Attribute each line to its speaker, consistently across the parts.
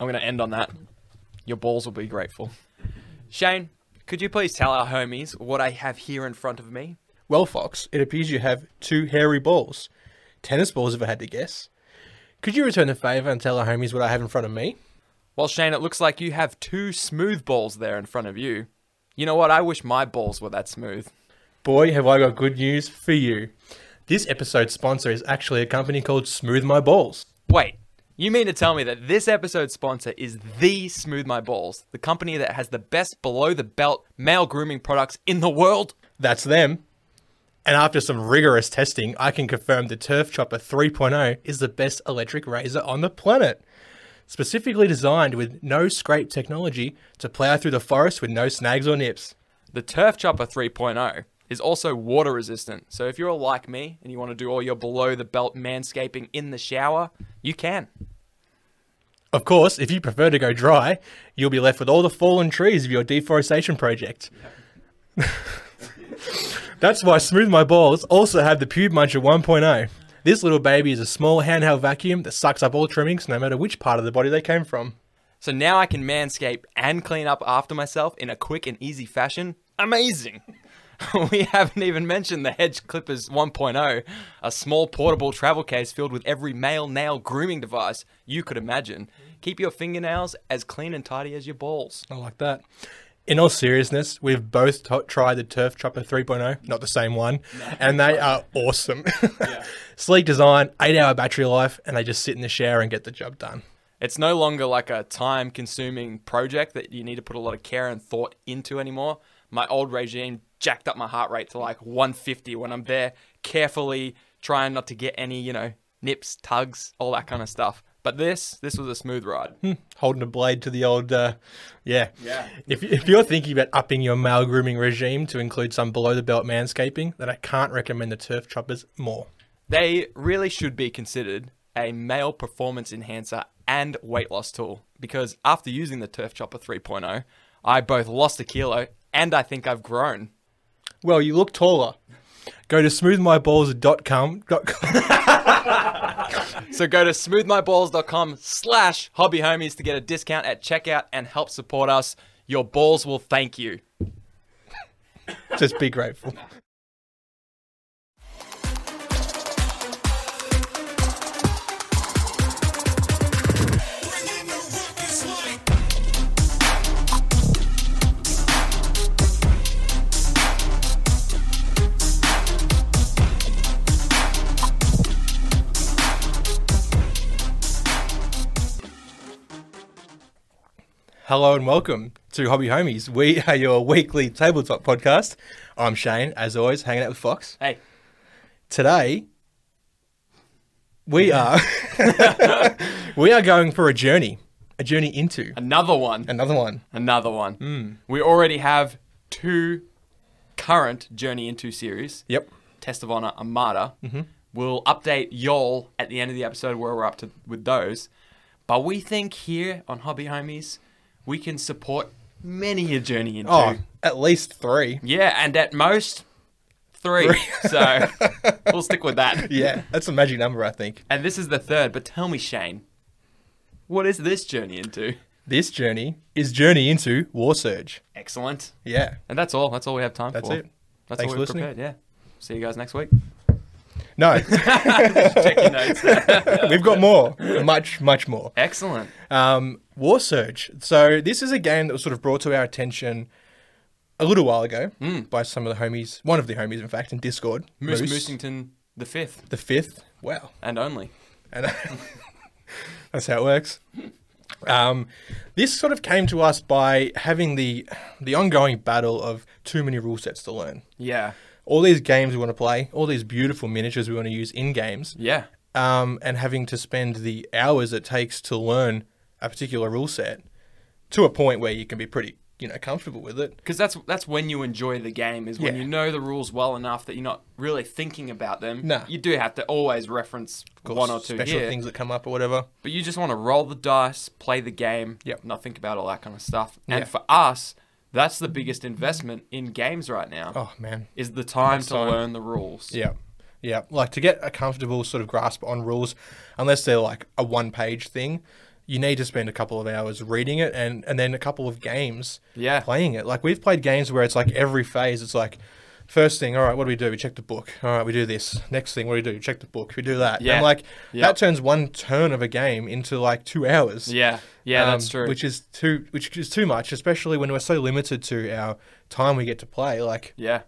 Speaker 1: I'm going to end on that. Your balls will be grateful. Shane, could you please tell our homies what I have here in front of me?
Speaker 2: Well, Fox, it appears you have two hairy balls. Tennis balls, if I had to guess. Could you return the favour and tell our homies what I have in front of me?
Speaker 1: Well, Shane, it looks like you have two smooth balls there in front of you. You know what? I wish my balls were that smooth.
Speaker 2: Boy, have I got good news for you. This episode's sponsor is actually a company called Smooth My Balls.
Speaker 1: Wait, you mean to tell me that this episode's sponsor is the Smooth My Balls, the company that has the best below the belt male grooming products in the world?
Speaker 2: That's them. And after some rigorous testing, I can confirm the Turf Chopper 3.0 is the best electric razor on the planet. Specifically designed with no scrape technology to plow through the forest with no snags or nips.
Speaker 1: The Turf Chopper 3.0 is also water resistant, so if you're like me and you want to do all your below the belt manscaping in the shower, you can.
Speaker 2: Of course, if you prefer to go dry, you'll be left with all the fallen trees of your deforestation project. That's why Smooth My Balls also have the Pube Muncher 1.0. This little baby is a small handheld vacuum that sucks up all trimmings no matter which part of the body they came from.
Speaker 1: So now I can manscape and clean up after myself in a quick and easy fashion. Amazing! we haven't even mentioned the Hedge Clippers 1.0, a small portable travel case filled with every male nail grooming device you could imagine. Keep your fingernails as clean and tidy as your balls.
Speaker 2: I like that. In all seriousness, we've both t- tried the Turf Chopper 3.0, not the same one, and they are awesome. Sleek design, eight hour battery life, and they just sit in the shower and get the job done.
Speaker 1: It's no longer like a time consuming project that you need to put a lot of care and thought into anymore. My old regime jacked up my heart rate to like 150 when I'm there, carefully trying not to get any, you know, nips, tugs, all that kind of stuff. But this, this was a smooth ride.
Speaker 2: holding a blade to the old, uh, yeah. Yeah. If, if you're thinking about upping your male grooming regime to include some below the belt manscaping, then I can't recommend the Turf Choppers more.
Speaker 1: They really should be considered a male performance enhancer and weight loss tool because after using the Turf Chopper 3.0, I both lost a kilo and I think I've grown.
Speaker 2: Well, you look taller. Go to smoothmyballs.com. dot com.
Speaker 1: So go to smoothmyballs.com slash hobbyhomies to get a discount at checkout and help support us. Your balls will thank you.
Speaker 2: Just be grateful.
Speaker 3: Bringing you what it's like.
Speaker 2: Hello and welcome to Hobby Homies. We are your weekly tabletop podcast. I'm Shane, as always, hanging out with Fox.
Speaker 1: Hey,
Speaker 2: today we are we are going for a journey a journey into
Speaker 1: another one.
Speaker 2: another one
Speaker 1: Another one.
Speaker 2: Hmm.
Speaker 1: We already have two current Journey Into series.
Speaker 2: yep Mm-hmm.
Speaker 1: Test of Honor, Armada. We'll update y'all at the end of the episode where we're up to with those. But we think here on Hobby Homies, we can support many a journey into.
Speaker 2: oh at least three
Speaker 1: Yeah, and at most three. so we'll stick with that.
Speaker 2: yeah that's a magic number i think
Speaker 1: And this is the third. But tell me, Shane, what is this journey into?
Speaker 2: this journey is journey into war surge
Speaker 1: Excellent.
Speaker 2: yeah
Speaker 1: And that's all. That's all we have time
Speaker 2: That's
Speaker 1: for.
Speaker 2: it.
Speaker 1: That's
Speaker 2: Thanks
Speaker 1: all
Speaker 2: for
Speaker 1: we
Speaker 2: listening.
Speaker 1: prepared. Yeah. See you guys next week.
Speaker 2: no
Speaker 1: Check your notes.
Speaker 2: we've got more much much more
Speaker 1: Excellent.
Speaker 2: um, War Surge. So this is a game that was sort of brought to our attention a little while ago by some of the homies, one of the homies, in fact, in Discord.
Speaker 1: Hmm. Moose Moosington the fifth
Speaker 2: the fifth. Wow,
Speaker 1: and only.
Speaker 2: and that's how it works. Um, this sort of came to us by having the the ongoing battle of too many rule sets to learn.
Speaker 1: Yeah.
Speaker 2: All these games we want to play, all these beautiful miniatures we want to use in games,
Speaker 1: Yeah.
Speaker 2: um, and having to spend the hours it takes to learn a particular rule set to a point where you can be pretty, you know, comfortable with it.
Speaker 1: Because that's that's when you enjoy the game is when
Speaker 2: Yeah.
Speaker 1: you know the rules well enough that you're not really thinking about them.
Speaker 2: Nah.
Speaker 1: You do have to always reference
Speaker 2: Of
Speaker 1: one or
Speaker 2: course,
Speaker 1: two
Speaker 2: special
Speaker 1: here,
Speaker 2: things that come up or whatever.
Speaker 1: but you just want to roll the dice, play the game,
Speaker 2: Yep.
Speaker 1: not think about all that kind of stuff.
Speaker 2: Yeah.
Speaker 1: And for us, that's the biggest investment in games right now.
Speaker 2: Oh man,
Speaker 1: Is the time to
Speaker 2: time.
Speaker 1: learn the rules.
Speaker 2: yeah, yeah. Like to get a comfortable sort of grasp on rules, unless they're like a one-page thing, you need to spend a couple of hours reading it and, and then a couple of games
Speaker 1: Yeah.
Speaker 2: playing it. Like we've played games where it's like every phase, it's like first thing, all right, what do we do? We check the book. All right, we do this. Next thing, what do we do? We check the book. We do that.
Speaker 1: Yeah.
Speaker 2: And like
Speaker 1: Yep.
Speaker 2: that turns one turn of a game into like two hours.
Speaker 1: Yeah, yeah,
Speaker 2: Um,
Speaker 1: that's true.
Speaker 2: Which is too which is too much, especially when we're so limited to our time we get to play. Like
Speaker 1: yeah,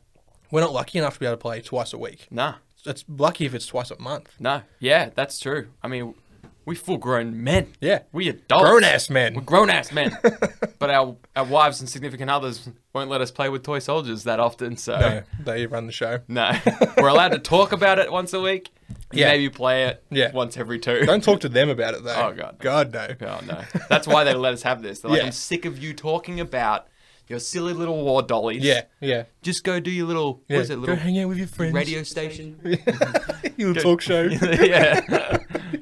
Speaker 2: we're not lucky enough to be able to play twice a week.
Speaker 1: nah,
Speaker 2: It's lucky if it's twice a month.
Speaker 1: no, yeah, that's true. I mean, we full grown men.
Speaker 2: Yeah.
Speaker 1: we adults.
Speaker 2: Grown ass men.
Speaker 1: grown ass men. but our, our wives and significant others won't let us play with toy soldiers that often. So
Speaker 2: No, they run the show.
Speaker 1: no, we're allowed to talk about it once a week.
Speaker 2: Yeah.
Speaker 1: maybe play it
Speaker 2: Yeah.
Speaker 1: once every two.
Speaker 2: Don't talk to them about it though.
Speaker 1: Oh, God.
Speaker 2: God no.
Speaker 1: Oh no, that's why they let us have this. They're like,
Speaker 2: Yeah.
Speaker 1: I'm sick of you talking about your silly little war dollies.
Speaker 2: Yeah, yeah.
Speaker 1: just go do your little.
Speaker 2: yeah.
Speaker 1: What is it?
Speaker 2: Go
Speaker 1: Little
Speaker 2: hang out with your friends.
Speaker 1: radio station.
Speaker 2: Your talk show.
Speaker 1: yeah,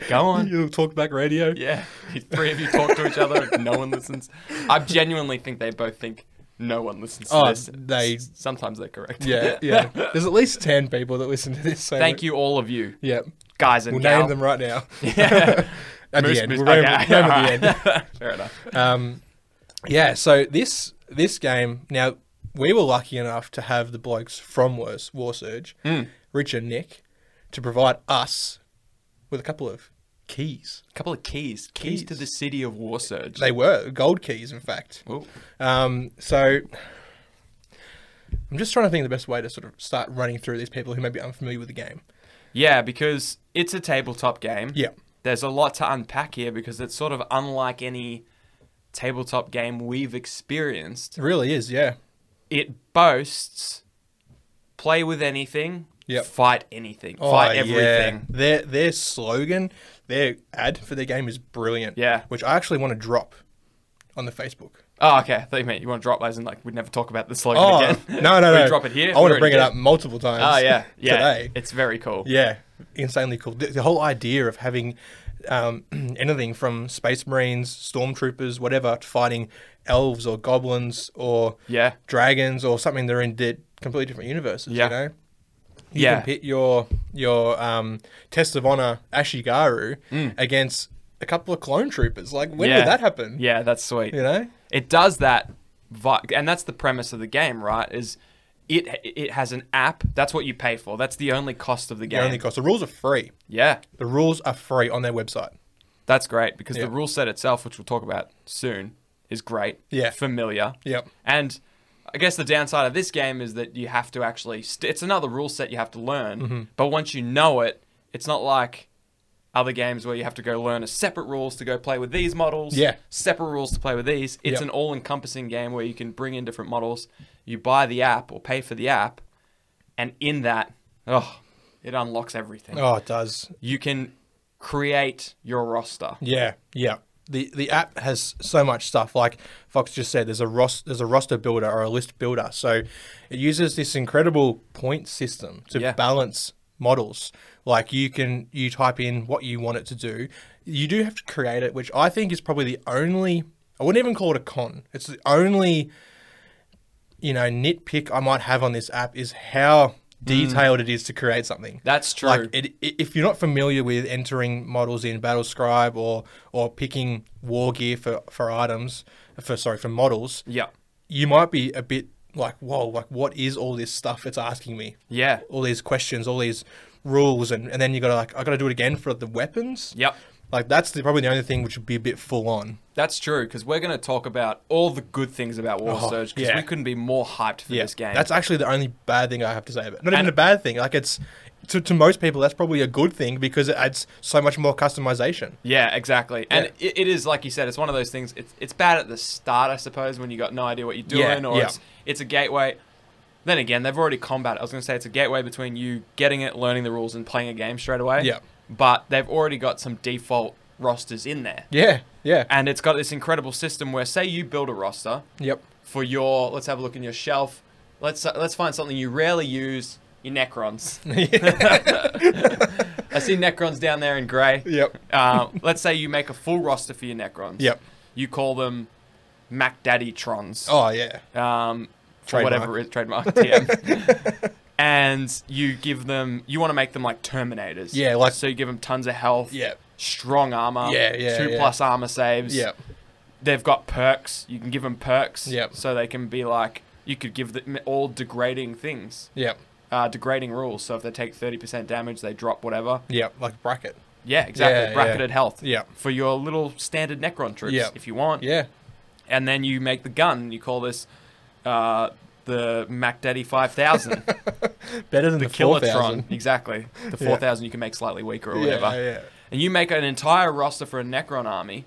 Speaker 1: go on.
Speaker 2: Your talk back radio.
Speaker 1: Yeah, You- three of you talk to each other. and No one listens. I genuinely think they both think no one listens.
Speaker 2: Oh,
Speaker 1: to this.
Speaker 2: they-
Speaker 1: S- Sometimes they're correct.
Speaker 2: Yeah, yeah. There's at least ten people that listen to this. So
Speaker 1: Thank you, all of you,
Speaker 2: Yeah,
Speaker 1: guys and
Speaker 2: we'll
Speaker 1: gal.
Speaker 2: name them right now.
Speaker 1: Yeah.
Speaker 2: At
Speaker 1: Moose,
Speaker 2: the end,
Speaker 1: moose-
Speaker 2: we'll name
Speaker 1: okay,
Speaker 2: them- name them at
Speaker 1: alright.
Speaker 2: the end.
Speaker 1: Fair enough.
Speaker 2: Um, yeah. So this this game now we were lucky enough to have the blokes from War, War Surge,
Speaker 1: Hmm.
Speaker 2: Rich and Nick, to provide us with a couple of keys.
Speaker 1: A couple of keys. Keys, to
Speaker 2: Keys.
Speaker 1: the city of War Surge.
Speaker 2: They were gold keys, in fact.
Speaker 1: Ooh.
Speaker 2: Um, so I'm just trying to think of the best way to sort of start running through these people who may be unfamiliar with the game.
Speaker 1: Yeah, because it's a tabletop game.
Speaker 2: Yeah.
Speaker 1: There's a lot to unpack here because it's sort of unlike any tabletop game we've experienced.
Speaker 2: It really is, yeah.
Speaker 1: It boasts play with anything,
Speaker 2: Yep.
Speaker 1: fight anything,
Speaker 2: Oh,
Speaker 1: fight
Speaker 2: yeah.
Speaker 1: everything.
Speaker 2: Their their slogan, their ad for their game is brilliant.
Speaker 1: Yeah.
Speaker 2: Which I actually want to drop on the Facebook.
Speaker 1: Oh, okay. I thought you meant you want to drop as in like we'd never talk about the slogan
Speaker 2: Oh
Speaker 1: again.
Speaker 2: no no
Speaker 1: We
Speaker 2: no!
Speaker 1: drop it here.
Speaker 2: I want
Speaker 1: We
Speaker 2: to bring it
Speaker 1: already
Speaker 2: up multiple times.
Speaker 1: did. Oh yeah, yeah.
Speaker 2: Today,
Speaker 1: It's very cool.
Speaker 2: yeah, insanely cool. The, the whole idea of having um, anything from space marines, stormtroopers, whatever, to fighting elves or goblins or
Speaker 1: Yeah.
Speaker 2: dragons or something they're in di- completely different universes.
Speaker 1: Yeah.
Speaker 2: You know, you
Speaker 1: Yeah.
Speaker 2: can pit your your um, test of honor Ashigaru against a couple of clone troopers. Like, when
Speaker 1: Mm. Yeah.
Speaker 2: did that happen?
Speaker 1: Yeah, that's sweet.
Speaker 2: You know,
Speaker 1: it does that vi- and that's the premise of the game right is it it has an app that's what you pay for that's the only cost of the
Speaker 2: the
Speaker 1: game
Speaker 2: only cost. The rules are free.
Speaker 1: yeah
Speaker 2: The rules are free on their website.
Speaker 1: that's great because
Speaker 2: Yeah.
Speaker 1: the rule set itself which we'll talk about soon is great
Speaker 2: Yeah.
Speaker 1: familiar
Speaker 2: Yep.
Speaker 1: and I guess the downside of this game is that you have to actually st- it's another rule set you have to learn
Speaker 2: Mm-hmm.
Speaker 1: but once you know it it's not like other games where you have to go learn a separate rules to go play with these models
Speaker 2: Yeah.
Speaker 1: separate rules to play with these. It's
Speaker 2: Yep.
Speaker 1: an all encompassing game where you can bring in different models. You buy the app or pay for the app, and in that, oh, it unlocks everything.
Speaker 2: Oh, it does.
Speaker 1: You can create your roster.
Speaker 2: Yeah, yeah. The the app has so much stuff. Like Fox just said, there's a ros- there's a roster builder or a list builder. So it uses this incredible point system to
Speaker 1: Yeah.
Speaker 2: balance models. Like you can you type in what you want it to do. You do have to create it, which I think is probably the only I wouldn't even call it a con. It's the only you know nitpick I might have on this app is how detailed it is to create something.
Speaker 1: That's true.
Speaker 2: Like it, i if you're not familiar with entering models in Battle Scribe or or picking war gear for for items for sorry for models,
Speaker 1: yeah.
Speaker 2: you might be a bit like whoa, like what is all this stuff it's asking me?
Speaker 1: Yeah.
Speaker 2: All these questions, all these rules, and and then you gotta like I gotta do it again for the weapons.
Speaker 1: Yep.
Speaker 2: Like that's the, probably the only thing which would be a bit full on.
Speaker 1: That's true because we're going to talk about all the good things about War
Speaker 2: Oh,
Speaker 1: Surge because
Speaker 2: yeah.
Speaker 1: we couldn't be more hyped for this game.
Speaker 2: That's actually the only bad thing I have to say about it. Not even
Speaker 1: And-
Speaker 2: a bad thing. Like it's to, to most people that's probably a good thing because it adds so much more customization.
Speaker 1: Yeah, exactly. And
Speaker 2: Yeah.
Speaker 1: It, it is like you said, it's one of those things. It's it's bad at the start, I suppose, when you got no idea what you're doing,
Speaker 2: Yeah,
Speaker 1: or
Speaker 2: yeah.
Speaker 1: it's it's a gateway. Then again, they've already combated. I was going to say it's a gateway between you getting it, learning the rules, and playing a game straight away.
Speaker 2: Yeah.
Speaker 1: But they've already got some default rosters in there,
Speaker 2: Yeah, yeah.
Speaker 1: and it's got this incredible system where, say, you build a roster
Speaker 2: Yep.
Speaker 1: for your. Let's have a look in your shelf. Let's uh, let's find something you rarely use. Your Necrons. I see Necrons down there in grey.
Speaker 2: Yep.
Speaker 1: Uh, let's say you make a full roster for your Necrons.
Speaker 2: Yep.
Speaker 1: You call them Mac Daddy Trons.
Speaker 2: Oh yeah.
Speaker 1: Um, for
Speaker 2: Trademark.
Speaker 1: whatever it is, trademark. TM. and you give them, you want to make them like Terminators.
Speaker 2: Yeah, like-
Speaker 1: So you give them tons of health.
Speaker 2: Yeah.
Speaker 1: strong armor.
Speaker 2: Yeah, yeah,
Speaker 1: Two
Speaker 2: yeah.
Speaker 1: plus armor saves.
Speaker 2: Yep.
Speaker 1: They've got perks. You can give them perks.
Speaker 2: Yep.
Speaker 1: So they can be like, you could give them all degrading things,
Speaker 2: Yep.
Speaker 1: uh, degrading rules. So if they take 30% damage, they drop whatever.
Speaker 2: Yep. Like bracket.
Speaker 1: Yeah, exactly.
Speaker 2: Yeah,
Speaker 1: Bracketed health.
Speaker 2: Yeah.
Speaker 1: For your little standard Necron troops,
Speaker 2: Yep.
Speaker 1: if you want.
Speaker 2: Yeah.
Speaker 1: And then you make the gun. You call this uh, the Mac Daddy 5000.
Speaker 2: Better than the, four thousand.
Speaker 1: Kilotron. Exactly. The
Speaker 2: Yeah.
Speaker 1: 4000 you can make slightly weaker or
Speaker 2: Yeah,
Speaker 1: whatever.
Speaker 2: yeah.
Speaker 1: And you make an entire roster for a Necron army.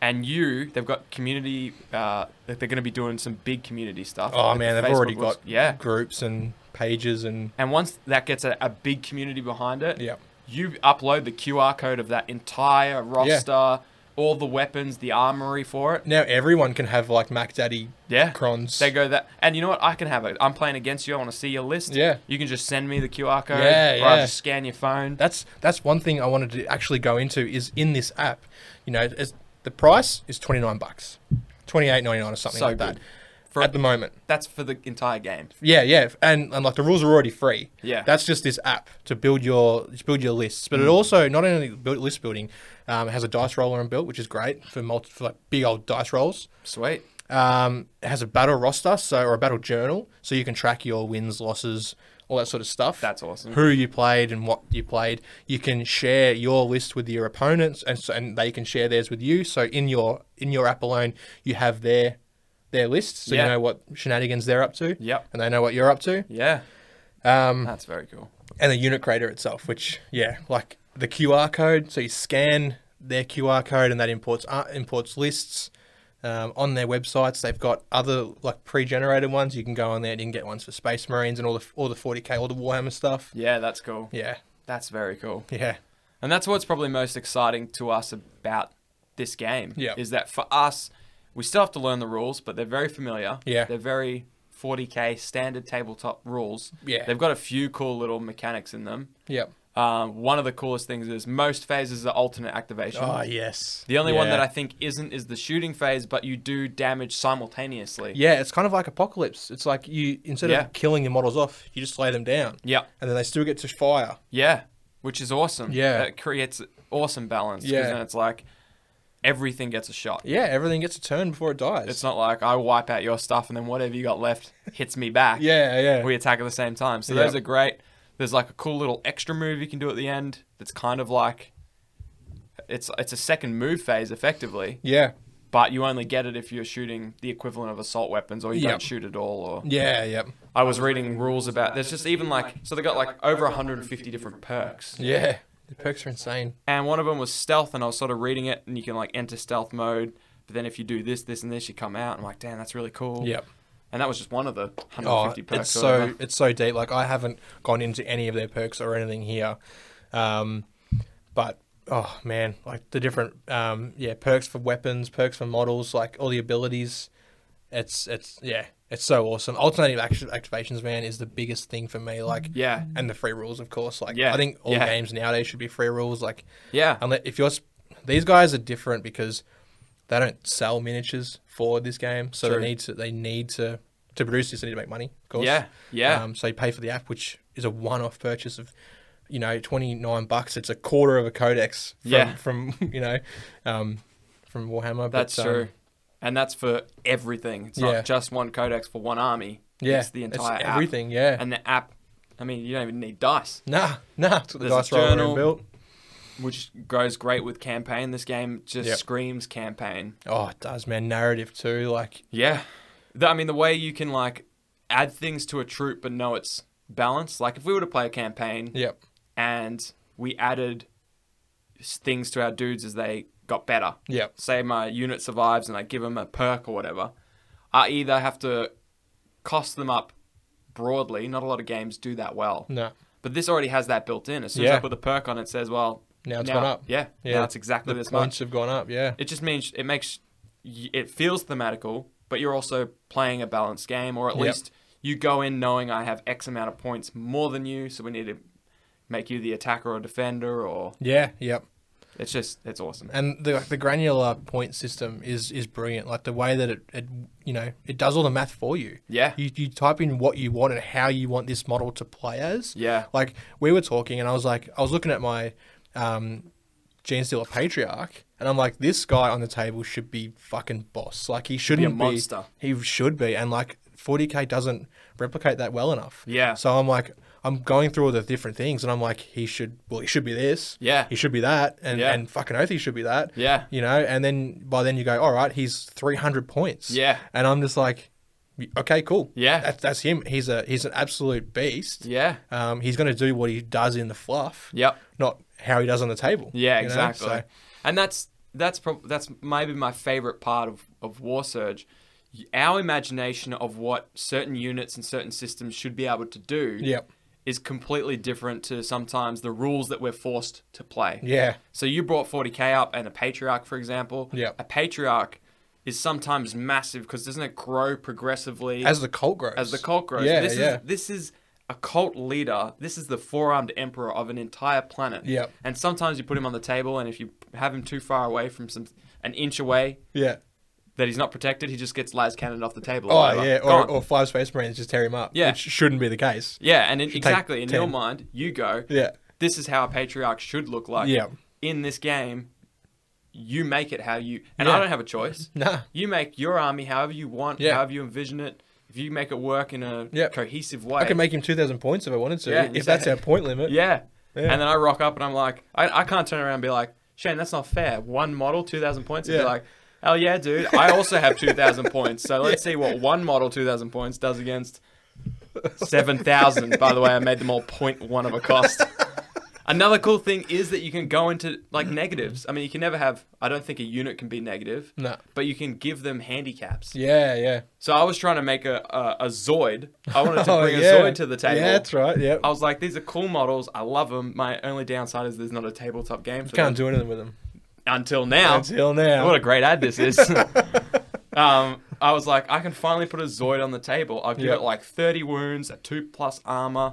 Speaker 1: And you, they've got community. Uh, that they're going to be doing some big community stuff.
Speaker 2: Oh
Speaker 1: like the
Speaker 2: man, they've already
Speaker 1: Facebook groups.
Speaker 2: got
Speaker 1: yeah.
Speaker 2: groups and pages and
Speaker 1: And once that gets a, a big community behind it,
Speaker 2: yeah.
Speaker 1: you upload the QR code of that entire roster, all the weapons, the armory for it.
Speaker 2: Now everyone can have like Mac Daddy
Speaker 1: Yeah.
Speaker 2: crons.
Speaker 1: They go that, and you know what? I can have it. I'm playing against you. I want to see your list.
Speaker 2: Yeah.
Speaker 1: You can just send me the QR code,
Speaker 2: Yeah,
Speaker 1: or I'll
Speaker 2: yeah.
Speaker 1: just scan your phone.
Speaker 2: that's that's one thing I wanted to actually go into is in this app, you know, it's, the price is twenty nine bucks, twenty eight ninety nine or something
Speaker 1: So
Speaker 2: like that,
Speaker 1: good.
Speaker 2: at the moment.
Speaker 1: That's for the entire game.
Speaker 2: Yeah, yeah, and, and like the rules are already free.
Speaker 1: Yeah.
Speaker 2: that's just this app to build your to build your lists, but it also not only build, list building, um, it has a dice roller inbuilt, which is great for multi for like big old dice rolls.
Speaker 1: Sweet.
Speaker 2: Um, it has a battle roster, so or a battle journal, so you can track your wins, losses, all that sort of stuff.
Speaker 1: That's awesome.
Speaker 2: Who you played and what you played. You can share your list with your opponents, and so, and they can share theirs with you. So in your in your app alone, you have their their list, so
Speaker 1: Yeah.
Speaker 2: you know what shenanigans they're up to.
Speaker 1: Yep.
Speaker 2: and they know what you're up to.
Speaker 1: Yeah.
Speaker 2: Um,
Speaker 1: That's very cool.
Speaker 2: and the unit creator itself, which yeah, like the QR code. So you scan their QR code, and that imports uh, imports lists um, on their websites. They've got other like pre-generated ones. You can go on there and you can get ones for Space Marines and all the all the 40k, all the Warhammer stuff.
Speaker 1: Yeah, that's cool.
Speaker 2: Yeah,
Speaker 1: That's very cool.
Speaker 2: yeah,
Speaker 1: And that's what's probably most exciting to us about this game.
Speaker 2: Yeah.
Speaker 1: Is that for us, we still have to learn the rules, but they're very familiar.
Speaker 2: Yeah.
Speaker 1: They're very 40k standard tabletop rules.
Speaker 2: Yeah.
Speaker 1: They've got a few cool little mechanics in them.
Speaker 2: yeah.
Speaker 1: Um, one of the coolest things is most phases are alternate activation.
Speaker 2: Oh yes.
Speaker 1: the only one
Speaker 2: Yeah.
Speaker 1: that I think isn't is the shooting phase, but you do damage simultaneously.
Speaker 2: yeah, it's kind of like Apocalypse. It's like you instead
Speaker 1: Yeah.
Speaker 2: of killing your models off, you just lay them down,
Speaker 1: Yeah.
Speaker 2: and then they still get to fire.
Speaker 1: Yeah, which is awesome.
Speaker 2: Yeah.
Speaker 1: that creates awesome balance. 'cause
Speaker 2: Yeah.
Speaker 1: then it's like everything gets a shot.
Speaker 2: Yeah, everything gets a turn before it dies.
Speaker 1: It's not like I wipe out your stuff and then whatever you got left hits me back.
Speaker 2: yeah, yeah.
Speaker 1: we attack at the same time. So
Speaker 2: Yeah.
Speaker 1: those are great. There's like a cool little extra move you can do at the end. That's kind of like it's it's a second move phase effectively,
Speaker 2: yeah.
Speaker 1: but you only get it if you're shooting the equivalent of assault weapons or you
Speaker 2: Yeah.
Speaker 1: don't shoot at all or
Speaker 2: Yeah, yeah.
Speaker 1: I was reading rules about there's just even like so they got like over 150 different perks.
Speaker 2: Yeah. The perks are insane.
Speaker 1: And one of them was stealth, and I was sort of reading it, and you can like enter stealth mode. But then if you do this, this, and this, you come out. I'm like, damn, that's really cool.
Speaker 2: Yep.
Speaker 1: And that was just one of the 150
Speaker 2: Oh,
Speaker 1: perks.
Speaker 2: it's
Speaker 1: or
Speaker 2: so
Speaker 1: whatever.
Speaker 2: it's so deep. Like I haven't gone into any of their perks or anything here, um, but oh man, like the different um, yeah perks for weapons, perks for models, like all the abilities. It's it's yeah, it's so awesome. Alternative action activations, man, is the biggest thing for me. Like
Speaker 1: yeah,
Speaker 2: and the free rules, of course. Like
Speaker 1: Yeah,
Speaker 2: I think all
Speaker 1: yeah.
Speaker 2: games nowadays should be free rules. Like
Speaker 1: yeah,
Speaker 2: unless if you're sp- these guys are different because they don't sell miniatures for this game, so
Speaker 1: True.
Speaker 2: they need to they need to to produce this. They need to make money, of course.
Speaker 1: yeah, yeah.
Speaker 2: Um, so you pay for the app, which is a one-off purchase of, you know, twenty-nine bucks. It's a quarter of a codex. From,
Speaker 1: Yeah.
Speaker 2: From you know, um, from Warhammer.
Speaker 1: that's
Speaker 2: but, um,
Speaker 1: true. and that's for everything. It's
Speaker 2: Yeah.
Speaker 1: not just one codex for one army.
Speaker 2: Yeah.
Speaker 1: it's the entire app.
Speaker 2: everything. Yeah.
Speaker 1: And the app, I mean, you don't even need dice,
Speaker 2: nah, nah. That's what the
Speaker 1: There's a
Speaker 2: dice roller
Speaker 1: journal.
Speaker 2: built.
Speaker 1: which goes great with campaign. This game just
Speaker 2: Yep.
Speaker 1: screams campaign.
Speaker 2: Oh, it does, man. Narrative too. Like,
Speaker 1: Yeah. The, I mean, the way you can like add things to a troop but know it's balanced. Like if we were to play a campaign
Speaker 2: yep.
Speaker 1: and we added s- things to our dudes as they got better.
Speaker 2: Yep.
Speaker 1: Say my unit survives and I give them a perk or whatever. I either have to cost them up broadly. Not a lot of games do that well.
Speaker 2: No.
Speaker 1: But this already has that built in. As soon as I
Speaker 2: Yeah.
Speaker 1: put the perk on, it says, well,
Speaker 2: Now it's gone up.
Speaker 1: Yeah.
Speaker 2: Yeah.
Speaker 1: Now it's exactly
Speaker 2: The
Speaker 1: this
Speaker 2: points
Speaker 1: much
Speaker 2: have gone up. Yeah.
Speaker 1: it just means it makes y- it feels thematical, but you're also playing a balanced game, or at
Speaker 2: Yep.
Speaker 1: least you go in knowing I have X amount of points more than you, so we need to make you the attacker or defender, or
Speaker 2: Yeah. Yep.
Speaker 1: it's just it's awesome.
Speaker 2: and the like, the granular point system is is brilliant. Like the way that it, it you know it does all the math for you.
Speaker 1: Yeah.
Speaker 2: You you type in what you want and how you want this model to play as.
Speaker 1: Yeah.
Speaker 2: Like we were talking, and I was like, I was looking at my um, Gene's still a patriarch. And I'm like, this guy on the table should be fucking boss. Like he shouldn't
Speaker 3: a monster.
Speaker 2: He should be. And like 40k doesn't replicate that well enough.
Speaker 3: Yeah.
Speaker 2: So I'm like, I'm going through all the different things, and I'm like, he should. Well, he should be this.
Speaker 3: Yeah.
Speaker 2: He should be that. And
Speaker 3: Yeah.
Speaker 2: and fucking oath, he should be that.
Speaker 3: Yeah.
Speaker 2: You know. And then by then you go, all right, he's 300 points.
Speaker 3: Yeah.
Speaker 2: And I'm just like, okay, cool.
Speaker 3: Yeah.
Speaker 2: That's that's him. He's a he's an absolute beast.
Speaker 3: Yeah.
Speaker 2: Um, he's going to do what he does in the fluff.
Speaker 3: Yep.
Speaker 2: Not how he does on the table.
Speaker 3: Yeah,
Speaker 2: you know?
Speaker 3: exactly.
Speaker 2: So-
Speaker 1: And that's that's prob- that's maybe my favorite part of, of War Surge. Y- Our imagination of what certain units and certain systems should be able to do
Speaker 2: Yep.
Speaker 1: is completely different to sometimes the rules that we're forced to play.
Speaker 2: yeah.
Speaker 1: So you brought 40k up and a patriarch, for example.
Speaker 2: Yep.
Speaker 1: A patriarch is sometimes massive because doesn't it grow progressively
Speaker 2: As the cult grows.
Speaker 1: as the cult grows?
Speaker 2: Yeah,
Speaker 1: this
Speaker 2: yeah.
Speaker 1: is this is a cult leader. This is the four armed emperor of an entire planet.
Speaker 2: Yep.
Speaker 1: And sometimes you put him on the table, and if you have him too far away from some an inch away
Speaker 2: Yeah.
Speaker 1: that he's not protected, he just gets las cannoned off the table.
Speaker 2: Oh
Speaker 1: whatever.
Speaker 2: yeah. Or,
Speaker 1: Gone.
Speaker 2: or five space marines just tear him up.
Speaker 1: Yeah.
Speaker 2: Which shouldn't be the case.
Speaker 1: yeah, and in,
Speaker 2: take
Speaker 1: exactly in your
Speaker 2: 10.
Speaker 1: mind, you go.
Speaker 2: Yeah.
Speaker 1: This is how a patriarch should look like.
Speaker 2: Yeah.
Speaker 1: In this game, you make it how you and I
Speaker 2: Yeah.
Speaker 1: don't have a choice.
Speaker 2: Nah.
Speaker 1: You make your army however you want,
Speaker 2: Yeah.
Speaker 1: however you envision it. If you make it work in a
Speaker 2: Yep.
Speaker 1: cohesive way,
Speaker 2: I could make him two thousand points if I wanted to.
Speaker 1: Yeah,
Speaker 2: if
Speaker 1: exactly.
Speaker 2: that's our point limit.
Speaker 1: Yeah.
Speaker 2: Yeah.
Speaker 1: And then I rock up and I'm like, I, I can't turn around and be like, Shane, that's not fair. One model, 2,000 points. And
Speaker 2: Yeah.
Speaker 1: be like, hell yeah, dude. I also have 2,000 points. So let's see what one model, 2,000 points, does against 7,000. By the way, I made them all 0.1 of a cost. Another cool thing is that you can go into like negatives. I mean, you can never have, I don't think a unit can be negative,
Speaker 2: No.
Speaker 1: but you can give them handicaps.
Speaker 2: Yeah. Yeah.
Speaker 1: So I was trying to make a, a, a Zoid. I wanted to
Speaker 2: Oh,
Speaker 1: bring
Speaker 2: yeah.
Speaker 1: a Zoid to the table.
Speaker 2: Yeah, that's right. Yeah.
Speaker 1: I was like, these are cool models. I love them. My only downside is there's not a tabletop game for
Speaker 2: Can't
Speaker 1: them
Speaker 2: do anything with him
Speaker 1: until now.
Speaker 2: until now.
Speaker 1: What a great ad this is. um, I was like, I can finally put a Zoid on the table. I'll give
Speaker 2: Yeah.
Speaker 1: it like 30 wounds, a 2 plus armor,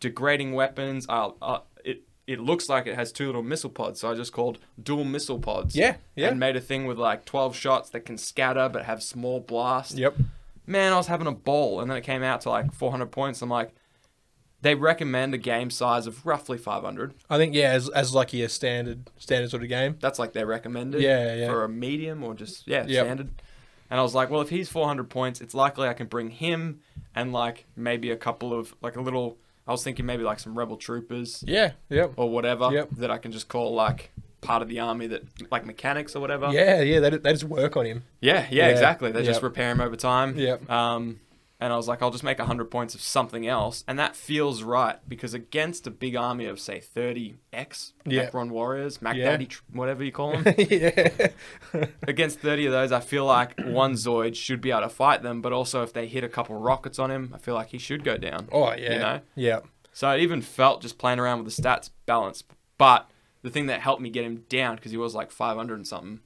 Speaker 1: degrading weapons. I'll, i it, it looks like it has two little missile pods, so I just called dual missile pods.
Speaker 2: Yeah, yeah.
Speaker 1: And made a thing with like 12 shots that can scatter but have small blasts
Speaker 2: Yep.
Speaker 1: man, I was having a ball, and then it came out to like 400 points. I'm like, they recommend a game size of roughly 500.
Speaker 2: I think yeah, as as like your standard standard sort of game.
Speaker 1: That's like they recommended.
Speaker 2: Yeah, yeah.
Speaker 1: For a medium or just yeah
Speaker 2: Yep.
Speaker 1: standard. And I was like, well, if he's 400 points, it's likely I can bring him and like maybe a couple of like a little. I was thinking maybe like some rebel troopers
Speaker 2: Yeah. Yep.
Speaker 1: or whatever
Speaker 2: Yep.
Speaker 1: that I can just call like part of the army that like mechanics or whatever.
Speaker 2: Yeah. Yeah. They they just work on him.
Speaker 1: Yeah, yeah,
Speaker 2: Yeah.
Speaker 1: exactly. They just
Speaker 2: Yep.
Speaker 1: repair him over time.
Speaker 2: Yep.
Speaker 1: Um, and I was like, I'll just make 100 points of something else. And that feels right because against a big army of, say, 30X,
Speaker 2: Yeah.
Speaker 1: Necron Warriors, Mac
Speaker 2: Yeah.
Speaker 1: Daddy, tr- whatever you call them,
Speaker 2: yeah.
Speaker 1: against 30 of those, I feel like one Zoid should be able to fight them. But also, if they hit a couple rockets on him, I feel like he should go down.
Speaker 2: Oh yeah.
Speaker 1: You know?
Speaker 2: Yeah.
Speaker 1: So it even felt just playing around with the stats balance. But the thing that helped me get him down because he was like 500 and something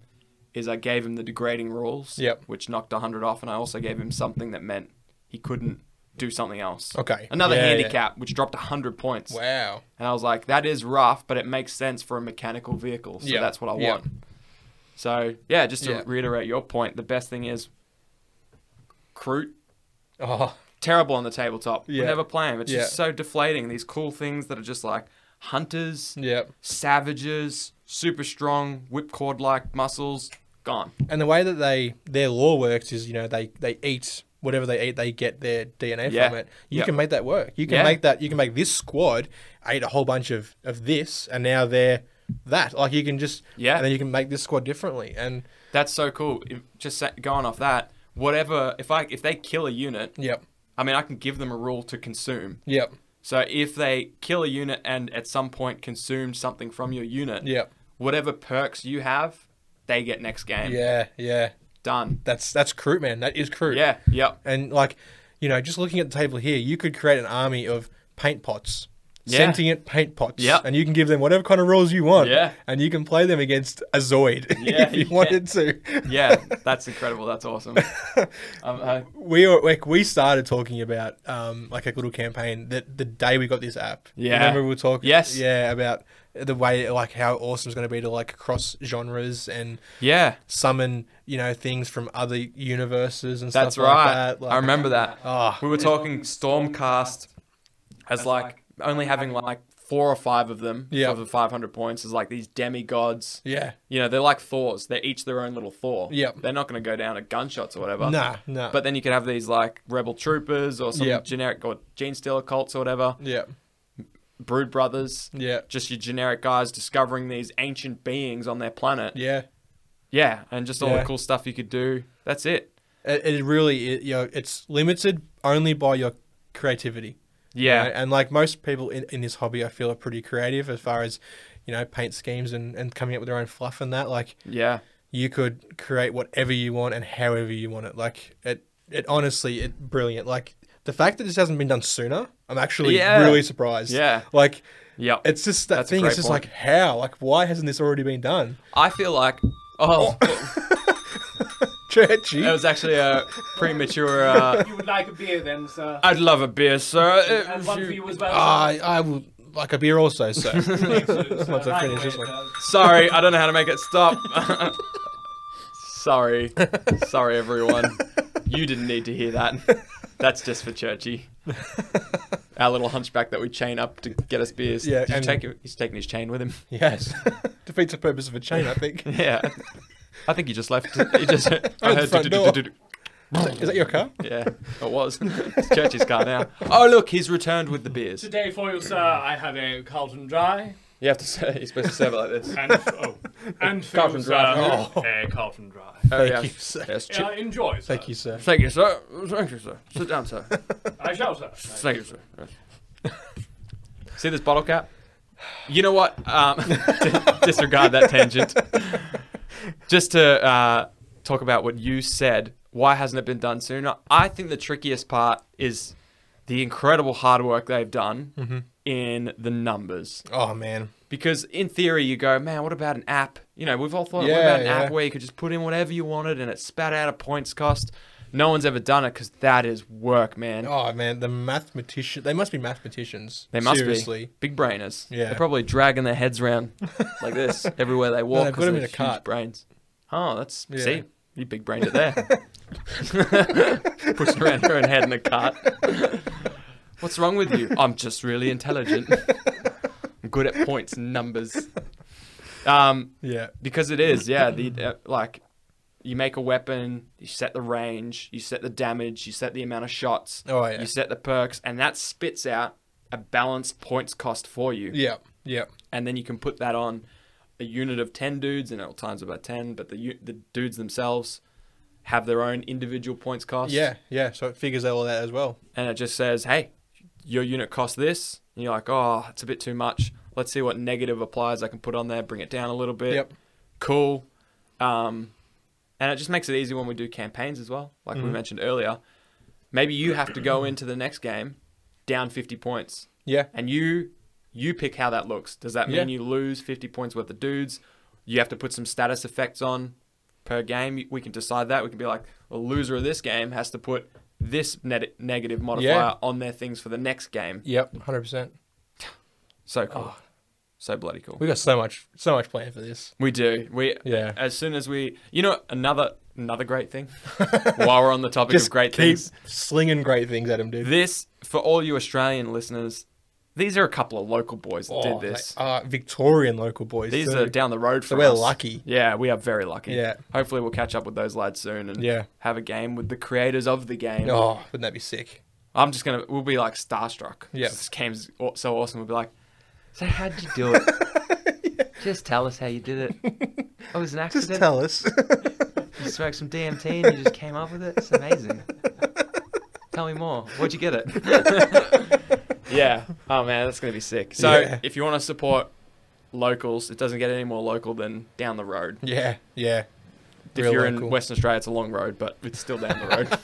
Speaker 1: is I gave him the degrading rules,
Speaker 2: Yep.
Speaker 1: which knocked 100 off, and I also gave him something that meant he couldn't do something else.
Speaker 2: Okay.
Speaker 1: Another
Speaker 2: Yeah, yeah.
Speaker 1: handicap, which dropped 100 points.
Speaker 2: Wow.
Speaker 1: And I was like, that is rough, but it makes sense for a mechanical vehicle. So
Speaker 2: Yeah.
Speaker 1: that's what I
Speaker 2: Yeah.
Speaker 1: want. So, yeah, just to
Speaker 2: Yeah.
Speaker 1: reiterate your point, the best thing is Crute
Speaker 2: Oh.
Speaker 1: terrible on the tabletop. We
Speaker 2: Yeah.
Speaker 1: never play them. It's just
Speaker 2: Yeah.
Speaker 1: so deflating. These cool things that are just like hunters,
Speaker 2: Yeah.
Speaker 1: savages, super strong, whipcord like muscles, gone.
Speaker 2: And the way that they their law works is, you know, they they eat whatever they eat, they get their DNA
Speaker 1: Yeah.
Speaker 2: from it. You
Speaker 1: Yeah.
Speaker 2: can make that work. You can
Speaker 1: Yeah.
Speaker 2: make that. You can make this squad ate a whole bunch of of this, and now they're that. Like you can just
Speaker 1: Yeah.
Speaker 2: and then you can make this squad differently. And
Speaker 1: That's so cool. If- Just sa- going off that, whatever. If I if they kill a unit,
Speaker 2: yep,
Speaker 1: I mean, I can give them a rule to consume.
Speaker 2: yep,
Speaker 1: So if they kill a unit and at some point consume something from your unit,
Speaker 2: yep,
Speaker 1: whatever perks you have, they get next game.
Speaker 2: yeah, yeah.
Speaker 1: Done.
Speaker 2: That's that's crew, man. That is crew.
Speaker 1: Yeah. Yep.
Speaker 2: And like, you know, just looking at the table here, you could create an army of paint pots.
Speaker 1: Yeah.
Speaker 2: Sentient paint pots.
Speaker 1: Yep.
Speaker 2: And you can give them whatever kind of rules you want.
Speaker 1: Yeah.
Speaker 2: And you can play them against a Zoid
Speaker 1: Yeah,
Speaker 2: if you
Speaker 1: yeah.
Speaker 2: wanted to.
Speaker 1: Yeah. That's incredible. That's awesome. Um, I-
Speaker 2: We were, like we started talking about um like a little campaign that the day we got this app.
Speaker 1: Yeah.
Speaker 2: Remember we were talking
Speaker 1: Yes.
Speaker 2: yeah, about the way like how awesome it's gonna be to like cross genres and
Speaker 1: yeah.
Speaker 2: summon, you know, things from other universes and
Speaker 1: That's
Speaker 2: stuff
Speaker 1: right.
Speaker 2: like that. Like,
Speaker 1: I remember that.
Speaker 2: Oh,
Speaker 1: We were talking Stormcast as like only having like four or five of them
Speaker 2: Yeah.
Speaker 1: for the 500 points is like these demigods.
Speaker 2: Yeah.
Speaker 1: You know, they're like Thors. They're each their own little Thor.
Speaker 2: Yep.
Speaker 1: They're not going to go down at gunshots or whatever.
Speaker 2: Nah, nah.
Speaker 1: But then you could have these like rebel troopers or some
Speaker 2: Yep.
Speaker 1: generic or gene stealer cults or whatever.
Speaker 2: yeah.
Speaker 1: Brood brothers.
Speaker 2: Yeah.
Speaker 1: Just your generic guys discovering these ancient beings on their planet.
Speaker 2: Yeah.
Speaker 1: Yeah, and just all
Speaker 2: Yeah.
Speaker 1: the cool stuff you could do. That's it.
Speaker 2: It, it really it, you know, it's limited only by your creativity.
Speaker 1: Yeah.
Speaker 2: You know, And like most people in, in this hobby, I feel are pretty creative as far as, you know, paint schemes and, and coming up with their own fluff and that. Like
Speaker 1: Yeah.
Speaker 2: you could create whatever you want and however you want it. Like it, it honestly, it brilliant. Like the fact that this hasn't been done sooner, I'm actually
Speaker 1: Yeah.
Speaker 2: really surprised.
Speaker 1: Yeah.
Speaker 2: Like
Speaker 1: Yep.
Speaker 2: it's just that
Speaker 1: That's a
Speaker 2: thing.
Speaker 1: great
Speaker 2: It's just
Speaker 1: point.
Speaker 2: like how, like why hasn't this already been done?
Speaker 1: I feel like oh,
Speaker 2: Churchy.
Speaker 1: that was actually a premature. Uh,
Speaker 3: You would like a beer then, sir?
Speaker 1: I'd love a beer, sir.
Speaker 3: and
Speaker 1: If
Speaker 3: one
Speaker 1: you- Ah,
Speaker 3: for you as well.
Speaker 2: I, I would like a beer also, sir. Once I finish this one.
Speaker 1: Sorry, I don't know how to make it stop. Sorry, sorry everyone. You didn't need to hear that. That's just for Churchy. Our little hunchback that we chain up to get us beers.
Speaker 2: Yeah,
Speaker 1: Did you
Speaker 2: and-
Speaker 1: take it- he's taking his chain with him.
Speaker 2: Yes. Defeats the purpose of a chain, I think.
Speaker 1: Yeah, I think he just left. He just. I
Speaker 2: the
Speaker 1: heard
Speaker 2: front door. Is that your car?
Speaker 1: Yeah, it was. It's Churchy's car now. Oh, look, he's returned with the beers.
Speaker 3: Today for you, sir, I have a Carlton Dry.
Speaker 1: You have to say, you're supposed to serve it like this.
Speaker 3: And, oh, and for
Speaker 1: Carlton
Speaker 3: you,
Speaker 1: Dry.
Speaker 3: sir, a Carlton Dry.
Speaker 1: Oh,
Speaker 2: Thank
Speaker 1: yeah.
Speaker 2: you, sir.
Speaker 1: Yes,
Speaker 3: Yeah,
Speaker 1: chi-
Speaker 3: enjoy, sir.
Speaker 2: Thank you, sir.
Speaker 1: Thank you, sir. Thank you, sir. Sit down, sir.
Speaker 3: I shall, sir.
Speaker 1: Thank you, sir. Yes. See this bottle cap? You know what? Um, disregard that tangent. Just to uh, talk about what you said, why hasn't it been done sooner? I think the trickiest part is the incredible hard work they've done
Speaker 2: Mm-hmm.
Speaker 1: in the numbers.
Speaker 2: Oh, man.
Speaker 1: Because in theory, you go, man, what about an app? You know, we've all thought, what
Speaker 2: Yeah,
Speaker 1: about an
Speaker 2: yeah.
Speaker 1: app where you could just put in whatever you wanted and it spat out a points cost? No one's ever done it because that is work, man.
Speaker 2: Oh, man. The mathematician. They must be mathematicians.
Speaker 1: they must
Speaker 2: Seriously.
Speaker 1: be big brainers.
Speaker 2: Yeah.
Speaker 1: they're probably dragging their heads around like this everywhere they walk.
Speaker 2: they've got
Speaker 1: 'cause
Speaker 2: them
Speaker 1: of
Speaker 2: in a
Speaker 1: huge
Speaker 2: cart.
Speaker 1: Brains. Oh, that's
Speaker 2: Yeah.
Speaker 1: see, you big brained it there. Pushing around her own head in the cart. What's wrong with you? I'm just really intelligent. I'm good at points, and numbers. Um,
Speaker 2: Yeah.
Speaker 1: because it is, yeah. The uh, like, you make a weapon, you set the range, you set the damage, you set the amount of shots,
Speaker 2: Oh, yeah.
Speaker 1: you set the perks, and that spits out a balanced points cost for you.
Speaker 2: Yeah. Yeah.
Speaker 1: And then you can put that on a unit of ten dudes, and it'll times it by ten. But the u- the dudes themselves have their own individual points cost.
Speaker 2: Yeah. Yeah. So it figures all that as well.
Speaker 1: And it just says, hey, your unit costs this. And you're like, oh, it's a bit too much. Let's see what negative applies I can put on there. Bring it down a little bit
Speaker 2: Yep.
Speaker 1: cool. Um, and it just makes it easy when we do campaigns as well, like we mentioned earlier. Maybe you have to go into the next game down 50 points,
Speaker 2: Yeah.
Speaker 1: and you you pick how that looks. Does that mean
Speaker 2: Yeah.
Speaker 1: you lose 50 points worth of dudes? You have to put some status effects on per game. We can decide that. We can be like, the loser of this game has to put this net- negative modifier
Speaker 2: Yeah.
Speaker 1: on their things for the next game.
Speaker 2: Yep. 100%. Oh.
Speaker 1: So cool. So bloody cool.
Speaker 2: We got so much, so much planned for this.
Speaker 1: We do. We
Speaker 2: Yeah.
Speaker 1: As soon as we, you know, another another great thing. while we're on the topic
Speaker 2: Just
Speaker 1: of great
Speaker 2: keep
Speaker 1: things,
Speaker 2: slinging great things at him, dude.
Speaker 1: this for all you Australian listeners, these are a couple of local boys that did
Speaker 2: Oh,
Speaker 1: this.
Speaker 2: they are Victorian local boys.
Speaker 1: these
Speaker 2: too.
Speaker 1: are down the road
Speaker 2: So
Speaker 1: from
Speaker 2: we're
Speaker 1: us.
Speaker 2: lucky.
Speaker 1: Yeah, we are very lucky.
Speaker 2: Yeah.
Speaker 1: Hopefully, we'll catch up with those lads soon and
Speaker 2: Yeah.
Speaker 1: have a game with the creators of the game.
Speaker 2: Oh, wouldn't that be sick?
Speaker 1: I'm just gonna. We'll be like starstruck.
Speaker 2: Yeah.
Speaker 1: This game's aw- so awesome. We'll be like, so how'd you do it? Just tell us how you did it. It was an accident.
Speaker 2: Just tell us.
Speaker 1: You smoked some DMT and you just came up with it. It's amazing. Tell me more. Where'd you get it? yeah. Oh man, that's gonna be sick. So
Speaker 2: Yeah.
Speaker 1: if you want to support locals, it doesn't get any more local than down the road.
Speaker 2: yeah. Yeah.
Speaker 1: If
Speaker 2: Real
Speaker 1: you're
Speaker 2: local.
Speaker 1: in Western Australia, it's a long road, but it's still down the road.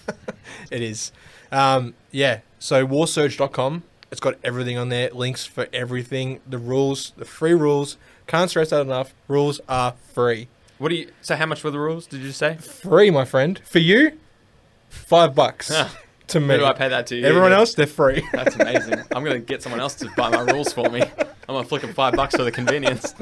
Speaker 2: It is. Um, yeah. So warsurge.com. It's got everything on there. Links for everything. The rules, the free rules. Can't stress that enough. Rules are free.
Speaker 1: what do you? So how much were the rules? Did you say?
Speaker 2: Free, my friend. For you, five bucks. to me.
Speaker 1: Who do I pay that to? You?
Speaker 2: Everyone else, they're free.
Speaker 1: That's amazing. I'm gonna get someone else to buy my rules for me. I'm gonna flick them five bucks for the convenience.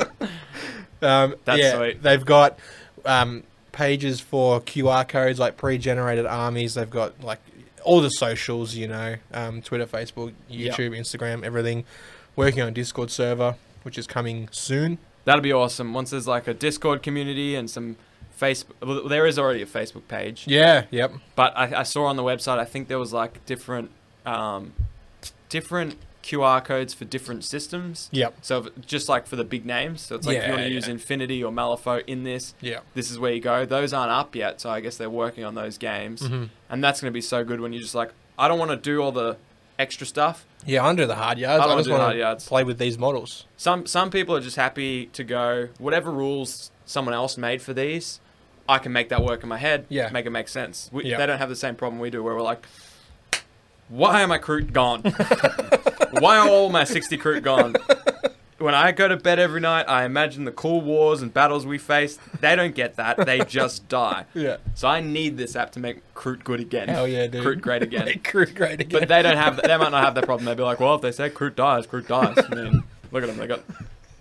Speaker 2: Um,
Speaker 1: That's
Speaker 2: yeah,
Speaker 1: sweet.
Speaker 2: They've got um, pages for QR codes, like pre-generated armies. They've got like all the socials, you know, um, Twitter, Facebook,
Speaker 1: Yeah.
Speaker 2: YouTube, Instagram, everything. working on a Discord server, which is coming soon.
Speaker 1: That'll be awesome. Once there's like a Discord community and some Facebook, well, there is already a Facebook page.
Speaker 2: Yeah, yep.
Speaker 1: But I, I saw on the website, I think there was like different, um, different QR codes for different systems.
Speaker 2: Yep.
Speaker 1: So if, just like for the big names, so it's like if you
Speaker 2: Yeah,
Speaker 1: want to use
Speaker 2: yeah.
Speaker 1: Infinity or Malifaux in this,
Speaker 2: Yeah.
Speaker 1: this is where you go. Those aren't up yet, so I guess they're working on those games,
Speaker 2: Mm-hmm.
Speaker 1: and that's going to be so good when you're just like, I don't want to do all the extra stuff.
Speaker 2: Yeah, I don't do the hard yards.
Speaker 1: I don't
Speaker 2: I,
Speaker 1: wanna
Speaker 2: just
Speaker 1: do the hard
Speaker 2: want
Speaker 1: yards.
Speaker 2: to play with these models.
Speaker 1: Some some people are just happy to go whatever rules someone else made for these, I can make that work in my head.
Speaker 2: Yeah.
Speaker 1: make it make sense. We,
Speaker 2: Yeah.
Speaker 1: They don't have the same problem we do, where we're like, why are my crew gone? why are all my sixty crew gone? When I go to bed every night, I imagine the cool wars and battles we faced. They don't get that. They just die.
Speaker 2: Yeah.
Speaker 1: So I need this app to make Crute good again.
Speaker 2: Hell yeah, dude.
Speaker 1: Crute great again.
Speaker 2: Crew great again.
Speaker 1: but they don't have. They might not have that problem. They'd be like, well, if they say Crute dies, Crute dies. I mean, look at them. They got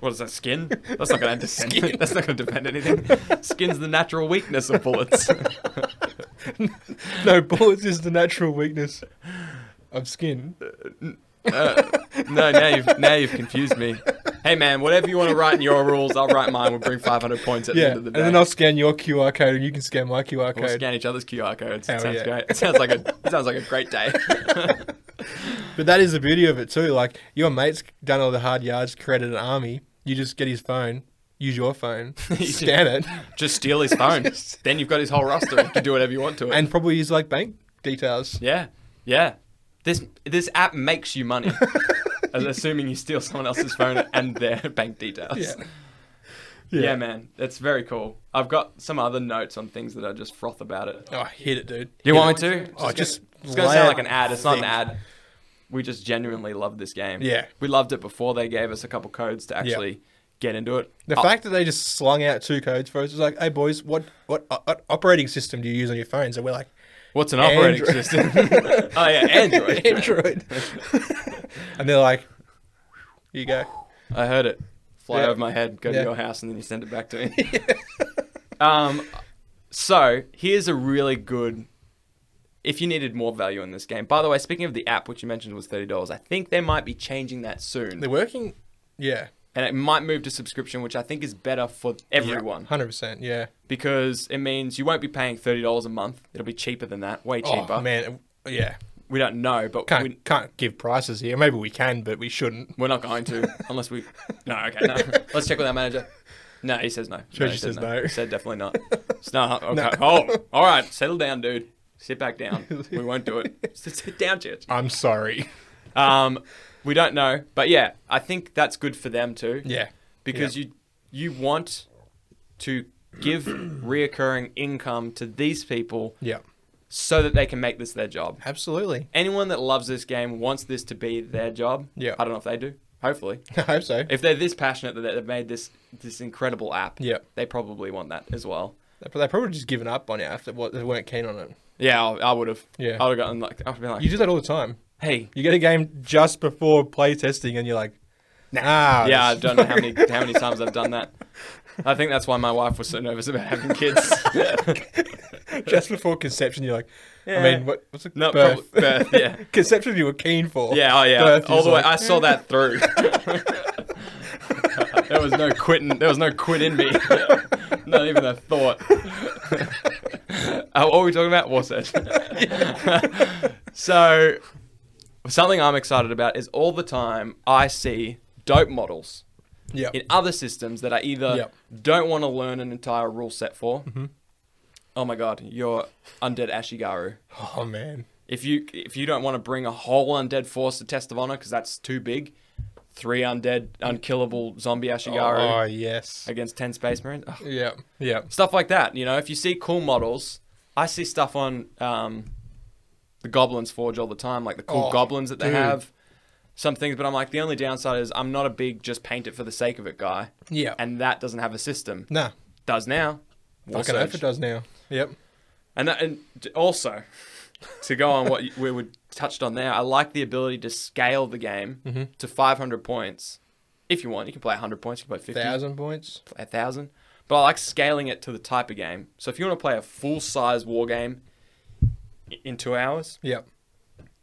Speaker 1: what is that skin? That's not going to defend.
Speaker 2: Skin.
Speaker 1: That's not going to defend anything. Skin's the natural weakness of bullets.
Speaker 2: no bullets is the natural weakness of skin.
Speaker 1: Uh, no, now you've now you've confused me. Hey man, whatever you want to write in your rules, I'll write mine. We'll bring 500 points at the
Speaker 2: Yeah,
Speaker 1: end of
Speaker 2: and
Speaker 1: the day.
Speaker 2: then I'll scan your QR code, and you can scan my QR
Speaker 1: We'll
Speaker 2: code.
Speaker 1: scan each other's QR codes.
Speaker 2: Hell
Speaker 1: It sounds
Speaker 2: yeah.
Speaker 1: great. It sounds like a it sounds like a great day.
Speaker 2: But that is the beauty of it too. Like your mate's done all the hard yards, created an army. You just get his phone, use your phone,
Speaker 1: You
Speaker 2: scan it,
Speaker 1: Just steal his phone.
Speaker 2: Just-
Speaker 1: Then you've got his whole roster. You can do whatever you want to it.
Speaker 2: and probably use like bank details.
Speaker 1: Yeah, yeah. This this app makes you money, as- assuming you steal someone else's phone and their bank details.
Speaker 2: Yeah.
Speaker 1: Yeah. man, that's very cool. I've got some other notes on things that I just froth about it.
Speaker 2: Oh, hit it, dude.
Speaker 1: Do you want me to?
Speaker 2: Oh, just
Speaker 1: it's gonna
Speaker 2: lay
Speaker 1: sound
Speaker 2: it
Speaker 1: like an ad. It's not an
Speaker 2: thick.
Speaker 1: ad. We just genuinely love this game.
Speaker 2: Yeah.
Speaker 1: we loved it before they gave us a couple codes to actually get into it.
Speaker 2: The
Speaker 1: Oh,
Speaker 2: fact that they just slung out two codes for us was like, "Hey boys, what what, o- o- operating system do you use on your phones?" And we're like,
Speaker 1: what's an operating
Speaker 2: Android.
Speaker 1: system? oh yeah, Android.
Speaker 2: "Android." and they're like, "Here you go."
Speaker 1: I heard it fly
Speaker 2: Yeah.
Speaker 1: over my head, go
Speaker 2: Yeah.
Speaker 1: to your house, and then you send it back to me. um, so here's a really good. If you needed more value in this game, by the way, speaking of the app, which you mentioned was thirty dollars, I think they might be changing that soon,
Speaker 2: They're working. Yeah,
Speaker 1: and it might move to subscription, which I think is better for everyone
Speaker 2: hundred percent. Yeah.
Speaker 1: because it means you won't be paying thirty dollars a month. It'll be cheaper than that, way cheaper.
Speaker 2: Oh man, it- yeah.
Speaker 1: We don't know, but
Speaker 2: Can't
Speaker 1: we,
Speaker 2: can't give prices here. Maybe we can, but we shouldn't.
Speaker 1: we're not going to unless we. No, okay, no. Let's check with our manager. No, he says no.
Speaker 2: Sure,
Speaker 1: no,
Speaker 2: she
Speaker 1: he says
Speaker 2: says no.
Speaker 1: He said definitely not. It's not. Okay. Oh, all right. Settle down, dude. Sit back down. We won't do it. Sit, sit down, church.
Speaker 2: I'm sorry.
Speaker 1: Um, we don't know, but yeah, I think that's good for them too.
Speaker 2: Yeah.
Speaker 1: because you you want to give reoccurring income to these people
Speaker 2: Yeah.
Speaker 1: so that they can make this their job.
Speaker 2: Absolutely.
Speaker 1: Anyone that loves this game wants this to be their job.
Speaker 2: Yeah.
Speaker 1: I don't know if they do. Hopefully,
Speaker 2: I hope so.
Speaker 1: if they're this passionate that they've made this this incredible app,
Speaker 2: Yeah.
Speaker 1: they probably want that as well.
Speaker 2: But they probably just given up on it after what they weren't keen on it.
Speaker 1: Yeah, I, I would have.
Speaker 2: Yeah.
Speaker 1: I would have gotten like I would have been like,
Speaker 2: You do that all the time.
Speaker 1: hey,
Speaker 2: You get a game just before playtesting and you're like, nah.
Speaker 1: yeah, I
Speaker 2: this-
Speaker 1: don't know how many how many times I've done that. I think that's why my wife was so nervous about having kids. oh,
Speaker 2: just before conception, you're like,
Speaker 1: Yeah.
Speaker 2: I mean, what, what's it?
Speaker 1: No,
Speaker 2: birth.
Speaker 1: prob- birth, yeah.
Speaker 2: conception you were keen for.
Speaker 1: yeah, oh yeah,
Speaker 2: Birth,
Speaker 1: all
Speaker 2: you're
Speaker 1: the way.
Speaker 2: like,
Speaker 1: I saw that through. there was no quitting. There was no quit in me. Not even a thought. uh, what were we talking about? Wasage. so, something I'm excited about is all the time I see dope models
Speaker 2: Yeah.
Speaker 1: in other systems that I either
Speaker 2: Yep. Mm-hmm.
Speaker 1: don't want to learn an entire rule set for. Oh my god, you're undead Ashigaru.
Speaker 2: Oh, man.
Speaker 1: If you if you don't want to bring a whole undead force to Test of Honor because that's too big, three undead unkillable zombie
Speaker 2: Oh,
Speaker 1: Ashigaru
Speaker 2: yes.
Speaker 1: against ten Space Marines, Ugh.
Speaker 2: Yeah. Yeah.
Speaker 1: stuff like that. You know, if you see cool models, I see stuff on um, the Goblins Forge all the time, like the cool
Speaker 2: Oh,
Speaker 1: goblins that they
Speaker 2: dude.
Speaker 1: have. Some things, but I'm like the only downside is I'm not a big just paint it for the sake of it guy,
Speaker 2: Yeah. And
Speaker 1: and that doesn't have a system.
Speaker 2: nah.
Speaker 1: Does now. War
Speaker 2: Fucking
Speaker 1: Surge.
Speaker 2: hope it does now. Yep.
Speaker 1: And that, and d- also, to go on what you- we were touched on there, I like the ability to scale the game
Speaker 2: Mm-hmm.
Speaker 1: to 500 points. If you want, you can play 100 points, you can play 50,
Speaker 2: Thousand points.
Speaker 1: play 1,000. But I like scaling it to the type of game. So if you want to play a full size war game i- in two hours,
Speaker 2: Yep.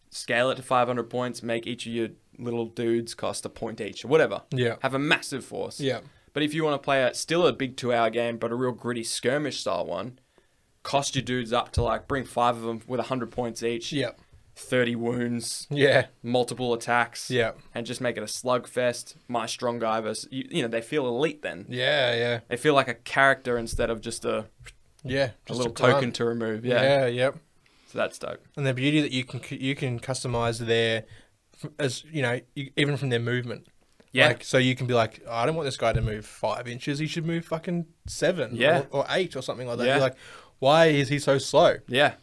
Speaker 1: scale it to 500 points, make each of your little dudes cost a point each or whatever.
Speaker 2: Yeah.
Speaker 1: Have a massive force.
Speaker 2: Yeah.
Speaker 1: But if you want to play a still a big two hour game, but a real gritty skirmish style one, cost your dudes up to like bring five of them with hundred points each.
Speaker 2: Yeah.
Speaker 1: Thirty wounds,
Speaker 2: Yeah.
Speaker 1: multiple attacks.
Speaker 2: Yeah.
Speaker 1: And just make it a slugfest. My strong guy versus you, you know they feel elite then.
Speaker 2: Yeah. Yeah.
Speaker 1: They feel like a character instead of just a,
Speaker 2: Yeah.
Speaker 1: a
Speaker 2: Just
Speaker 1: little
Speaker 2: clan.
Speaker 1: token to remove. Yeah.
Speaker 2: Yeah. Yep.
Speaker 1: So that's dope.
Speaker 2: And the beauty that you can you can customize their as you know you, even from their movement.
Speaker 1: Yeah.
Speaker 2: Like, so you can be like, "Oh, I don't want this guy to move five inches. He should move fucking seven.
Speaker 1: Yeah.
Speaker 2: Or, or eight or something like that.
Speaker 1: Yeah.
Speaker 2: You're like, why is he so slow?
Speaker 1: yeah.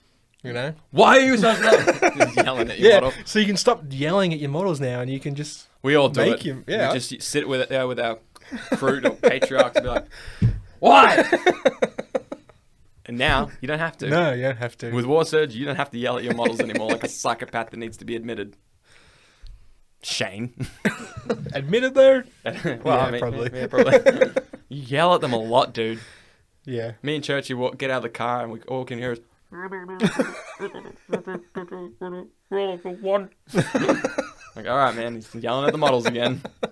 Speaker 2: You know.
Speaker 1: Why are you so slow? Just yelling at your model.
Speaker 2: So you can stop yelling at your models now, and you can just
Speaker 1: We all do
Speaker 2: Make
Speaker 1: it.
Speaker 2: him- yeah.
Speaker 1: We just sit with it there with our crew or patriarchs and be like, why? and now you don't have to.
Speaker 2: no, you don't have to.
Speaker 1: With War Surge, you don't have to yell at your models anymore like a psychopath that needs to be admitted. Shane.
Speaker 2: Admitted though.
Speaker 1: well,
Speaker 2: Yeah, probably.
Speaker 1: Yeah, probably. you yell at them a lot, dude.
Speaker 2: Yeah.
Speaker 1: Me and Churchy walk, get out of the car and we all can hear is,
Speaker 3: one.
Speaker 1: like, all right, man, he's yelling at the models again.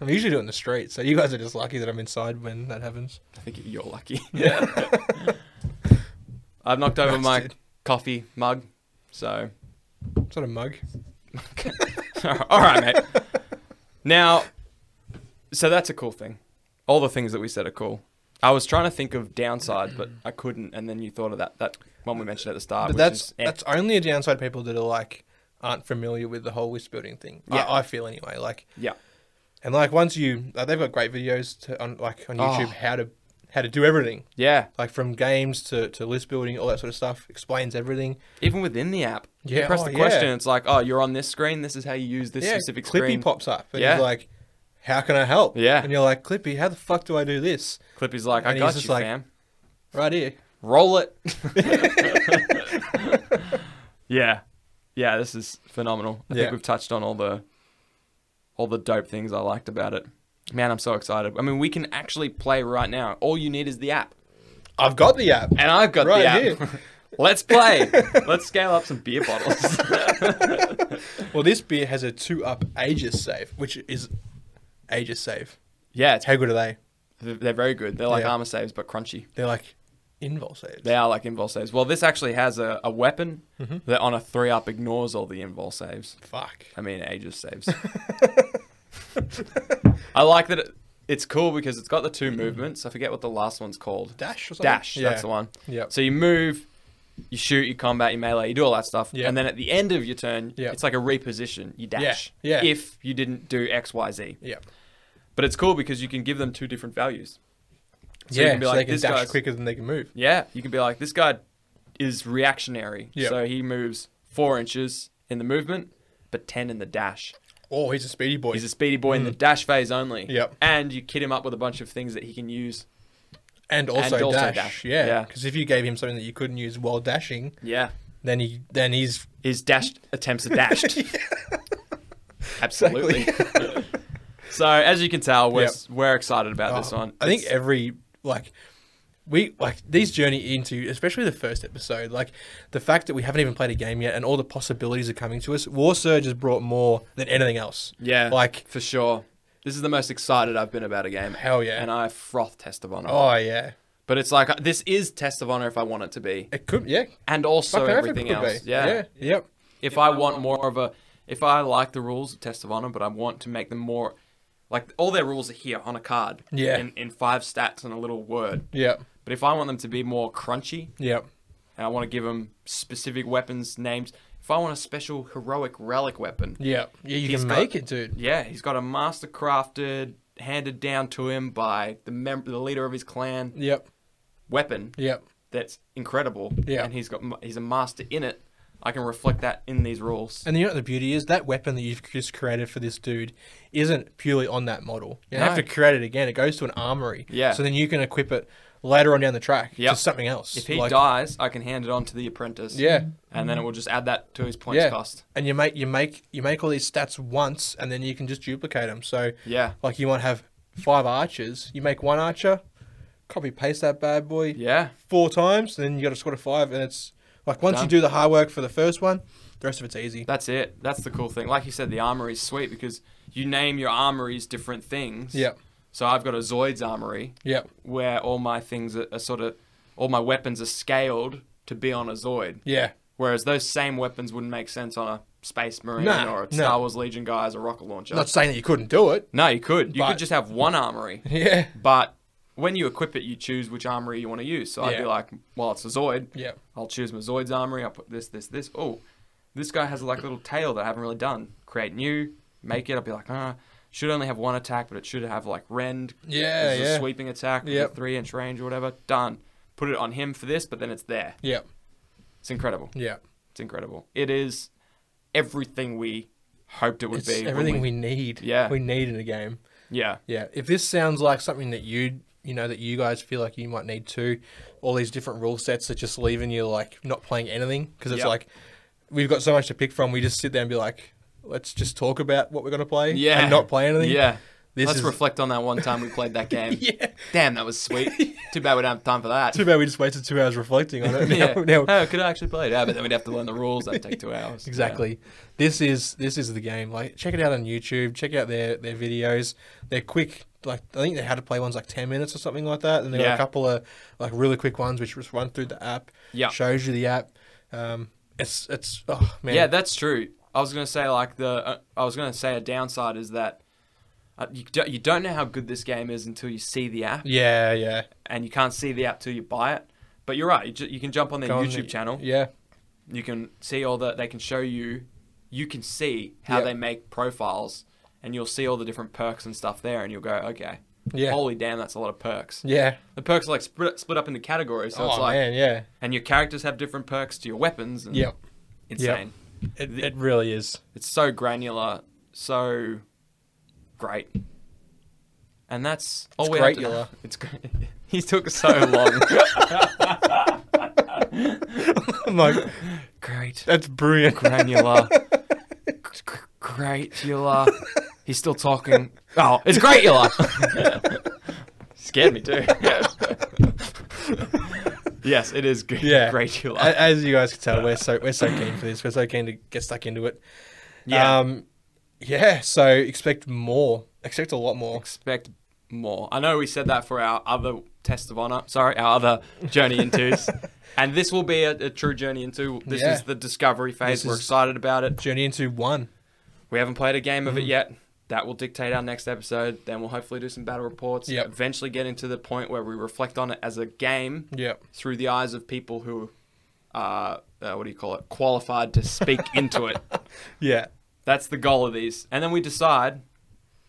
Speaker 2: I'm usually doing the street, so you guys are just lucky that I'm inside when that happens.
Speaker 1: I think you're lucky. Yeah. I've knocked over my
Speaker 2: Bastard.
Speaker 1: coffee mug, so
Speaker 2: It's not a mug.
Speaker 1: All right, mate. Now, so that's a cool thing. All the things that we said are cool. I was trying to think of downsides, but I couldn't. And then you thought of that that one we mentioned at the start.
Speaker 2: But
Speaker 1: which
Speaker 2: that's
Speaker 1: is, eh.
Speaker 2: that's only a downside to people that are like aren't familiar with the whole list building thing.
Speaker 1: Yeah.
Speaker 2: I, I feel anyway. Like
Speaker 1: yeah,
Speaker 2: and like once you like, they've got great videos to, on like on YouTube
Speaker 1: Oh.
Speaker 2: how to how to do everything.
Speaker 1: yeah.
Speaker 2: Like from games to, to list building, all that sort of stuff explains everything.
Speaker 1: Even within the app, you
Speaker 2: Yeah,
Speaker 1: press
Speaker 2: oh,
Speaker 1: the question.
Speaker 2: yeah.
Speaker 1: It's like, oh, you're on this screen. This is how you use this
Speaker 2: yeah,
Speaker 1: specific
Speaker 2: Clippy
Speaker 1: screen.
Speaker 2: pops up and
Speaker 1: Yeah.
Speaker 2: he's like, "How can I help?"
Speaker 1: Yeah.
Speaker 2: and you're like, "Clippy, how the fuck do I do this?"
Speaker 1: Clippy's like, I
Speaker 2: And he's
Speaker 1: got
Speaker 2: just
Speaker 1: you,
Speaker 2: like-
Speaker 1: fam.
Speaker 2: Right here.
Speaker 1: Roll it. yeah, yeah. This is phenomenal. I
Speaker 2: Yeah.
Speaker 1: think we've touched on all the all the dope things I liked about it. Man, I'm so excited. I mean, we can actually play right now. All you need is the app,
Speaker 2: I've got the app.
Speaker 1: and I've got
Speaker 2: Right
Speaker 1: the app.
Speaker 2: here.
Speaker 1: Let's play. Let's scale up some beer bottles.
Speaker 2: Well, this beer has a two up Aegis save, which is Aegis save.
Speaker 1: yeah, it's,
Speaker 2: How good are they?
Speaker 1: they're very good. They're like
Speaker 2: Yeah.
Speaker 1: armor saves, but crunchy.
Speaker 2: They're like invol saves.
Speaker 1: They are like invol saves. Well, this actually has a, a weapon
Speaker 2: Mm-hmm.
Speaker 1: that on a three up ignores all the invol saves.
Speaker 2: Fuck.
Speaker 1: I mean, Aegis saves. I like that it, it's cool because it's got the two movements. I forget what the last one's called.
Speaker 2: Dash or something?
Speaker 1: Dash,
Speaker 2: Yeah.
Speaker 1: that's the one.
Speaker 2: Yep.
Speaker 1: So you move, you shoot, you combat, you melee, you do all that stuff.
Speaker 2: Yep.
Speaker 1: And then at the end of your turn,
Speaker 2: Yep.
Speaker 1: it's like a reposition. You dash.
Speaker 2: yeah.
Speaker 1: If you didn't do X, Y, Z.
Speaker 2: Yeah.
Speaker 1: But it's cool because you can give them two different values. So
Speaker 2: yeah,
Speaker 1: you can be
Speaker 2: so
Speaker 1: like,
Speaker 2: they can
Speaker 1: this
Speaker 2: dash
Speaker 1: guy's-
Speaker 2: quicker than they can move.
Speaker 1: Yeah. You can be like, this guy is reactionary.
Speaker 2: Yep.
Speaker 1: So he moves four inches in the movement, but 10 in the dash.
Speaker 2: Oh, he's a speedy boy.
Speaker 1: He's a speedy boy in the dash phase only.
Speaker 2: Hmm. Yep.
Speaker 1: And you kit him up with a bunch of things that he can use.
Speaker 2: and also
Speaker 1: and also
Speaker 2: dash.
Speaker 1: dash.
Speaker 2: Yeah.
Speaker 1: Yeah.
Speaker 2: Because if you gave him something that you couldn't use while dashing,
Speaker 1: Yeah.
Speaker 2: then he then he's
Speaker 1: His dashed attempts are dashed. Absolutely. so as you can tell, we're
Speaker 2: Yep.
Speaker 1: we're excited about this
Speaker 2: Oh,
Speaker 1: one.
Speaker 2: I think
Speaker 1: It's-
Speaker 2: every like we like these journey into especially the first episode, like the fact that we haven't even played a game yet and all the possibilities are coming to us. War Surge has brought more than anything else.
Speaker 1: yeah,
Speaker 2: Like
Speaker 1: for sure. This is the most excited I've been about a game.
Speaker 2: Hell yeah.
Speaker 1: And I froth Test of Honor.
Speaker 2: oh yeah.
Speaker 1: But it's like uh, this is Test of Honor if I want it to be,
Speaker 2: It could yeah.
Speaker 1: and also
Speaker 2: Fucking
Speaker 1: everything
Speaker 2: could
Speaker 1: else.
Speaker 2: be.
Speaker 1: Yeah.
Speaker 2: yeah. Yep.
Speaker 1: If I want more of a, if I like the rules of Test of Honor, but I want to make them more, like all their rules are here on a card.
Speaker 2: Yeah.
Speaker 1: In, in five stats and a little word.
Speaker 2: Yep.
Speaker 1: But if I want them to be more crunchy,
Speaker 2: Yep.
Speaker 1: and I want to give them specific weapons names, if I want a special heroic relic weapon,
Speaker 2: Yep. Yeah, you
Speaker 1: He's
Speaker 2: can
Speaker 1: got-
Speaker 2: make it, dude.
Speaker 1: yeah, he's got a master crafted, handed down to him by the mem- the leader of his clan
Speaker 2: Yep.
Speaker 1: weapon
Speaker 2: Yep.
Speaker 1: that's incredible.
Speaker 2: Yeah.
Speaker 1: And he's got ma- he's a master in it. I can reflect that in these rules.
Speaker 2: And you know what the beauty is? That weapon that you've just created for this dude isn't purely on that model. You have to
Speaker 1: No.
Speaker 2: create it again. It goes to an armory.
Speaker 1: Yeah.
Speaker 2: So then you can equip it later on down the track
Speaker 1: Yep.
Speaker 2: to something else.
Speaker 1: If he
Speaker 2: Like-
Speaker 1: dies, I can hand it on to the apprentice.
Speaker 2: Yeah.
Speaker 1: And then it will just add that to his points
Speaker 2: Yeah.
Speaker 1: cost.
Speaker 2: And you make you make you make all these stats once, and then you can just duplicate them. So
Speaker 1: Yeah.
Speaker 2: like you might have five archers. You make one archer, copy paste that bad boy
Speaker 1: Yeah.
Speaker 2: four times, and then you got a squad of five, and it's Like once
Speaker 1: Done.
Speaker 2: you do the hard work for the first one, the rest of it's easy.
Speaker 1: That's it. That's the cool thing. Like you said, the armory's sweet because you name your armories different things.
Speaker 2: Yep.
Speaker 1: So I've got a Zoid's armory
Speaker 2: Yep.
Speaker 1: where all my things are, are sort of, all my weapons are scaled to be on a Zoid.
Speaker 2: Yeah.
Speaker 1: Whereas those same weapons wouldn't make sense on a Space Marine
Speaker 2: No,
Speaker 1: or a
Speaker 2: no.
Speaker 1: Star Wars Legion guy as a rocket launcher.
Speaker 2: Not saying that you couldn't do it.
Speaker 1: no, you could. You
Speaker 2: But-
Speaker 1: could just have one armory.
Speaker 2: Yeah.
Speaker 1: But when you equip it, you choose which armory you want to use. So I'd be
Speaker 2: Yeah.
Speaker 1: like, well, it's a Zoid.
Speaker 2: Yep.
Speaker 1: I'll choose my Zoid's armory. I'll put this, this, this. Oh, this guy has like a little tail that I haven't really done. Create new, make it. I'll be like, ah, should only have one attack, but it should have like rend.
Speaker 2: Yeah,
Speaker 1: This is
Speaker 2: yeah.
Speaker 1: a sweeping attack with
Speaker 2: Yep.
Speaker 1: a three inch range or whatever. Done. Put it on him for this, but then it's there.
Speaker 2: Yep.
Speaker 1: It's incredible.
Speaker 2: Yep.
Speaker 1: It's incredible. It is everything we hoped it would
Speaker 2: It's
Speaker 1: be. when
Speaker 2: everything we need.
Speaker 1: Yeah.
Speaker 2: We need in a game.
Speaker 1: Yeah.
Speaker 2: Yeah. If this sounds like something that you you know that you guys feel like you might need to, all these different rule sets are just leaving you like not playing anything because it's
Speaker 1: Yep.
Speaker 2: like we've got so much to pick from. We just sit there and be like, let's just talk about what we're gonna play.
Speaker 1: Yeah.
Speaker 2: And not play anything.
Speaker 1: Yeah.
Speaker 2: This
Speaker 1: Let's
Speaker 2: is-
Speaker 1: reflect on that one time we played that game.
Speaker 2: Yeah.
Speaker 1: Damn, that was sweet. Too bad we don't have time for that.
Speaker 2: Too bad we just wasted two hours reflecting on it. Now,
Speaker 1: yeah.
Speaker 2: now-
Speaker 1: oh, could I actually play it? Yeah, but then we'd have to learn the rules. That'd take two hours.
Speaker 2: Exactly. This is this is the game. Like check it out on YouTube. Check out their their videos. They're quick. Like I think they had to play ones like ten minutes or something like that. And they got
Speaker 1: Yeah.
Speaker 2: a couple of like really quick ones which just run through the app.
Speaker 1: Yeah.
Speaker 2: Shows you the app. Um, it's it's oh
Speaker 1: Yeah.
Speaker 2: man.
Speaker 1: yeah, that's true. I was gonna say like the uh, I was gonna say a downside is that uh, you do, you don't know how good this game is until you see the app,
Speaker 2: yeah yeah.
Speaker 1: and you can't see the app till you buy it. But you're right. You, ju- you can jump on their
Speaker 2: Go on
Speaker 1: YouTube
Speaker 2: the-
Speaker 1: channel.
Speaker 2: Yeah.
Speaker 1: You can see all the they can show you. You can see how
Speaker 2: Yeah.
Speaker 1: they make profiles, and you'll see all the different perks and stuff there, and you'll go, okay,
Speaker 2: Yeah.
Speaker 1: holy damn, that's a lot of perks.
Speaker 2: Yeah.
Speaker 1: The perks are like split, split up into categories, so
Speaker 2: oh
Speaker 1: it's like
Speaker 2: man yeah.
Speaker 1: and your characters have different perks to your weapons. And
Speaker 2: Yep.
Speaker 1: insane.
Speaker 2: It, it really is.
Speaker 1: It's so granular, so great. And that's all we have to
Speaker 2: great-ular.
Speaker 1: know. It's great. He took so long.
Speaker 2: I'm like
Speaker 1: great,
Speaker 2: that's brilliant.
Speaker 1: granular, greatula. He's still talking. Oh, it's greatula. Scared me too. yes, it is good.
Speaker 2: Yeah. Uh,
Speaker 1: greatula.
Speaker 2: A- As you guys can tell, we're so we're so keen for this. We're so keen to get stuck into it.
Speaker 1: yeah.
Speaker 2: Um, yeah. So expect more. Expect a lot more.
Speaker 1: expect more. I know we said that for our other test of honor. Sorry, our other journey into's. and this will be a, a true journey into. This
Speaker 2: Yeah.
Speaker 1: is the discovery phase.
Speaker 2: This
Speaker 1: We're
Speaker 2: is-
Speaker 1: excited about it.
Speaker 2: Journey into one.
Speaker 1: We haven't played a game of it yet. That will dictate our next episode. Then we'll hopefully do some battle reports.
Speaker 2: Yep.
Speaker 1: Eventually get into the point where we reflect on it as a game
Speaker 2: Yep.
Speaker 1: through the eyes of people who are, uh, what do you call it, qualified to speak into it.
Speaker 2: Yeah.
Speaker 1: That's the goal of these. And then we decide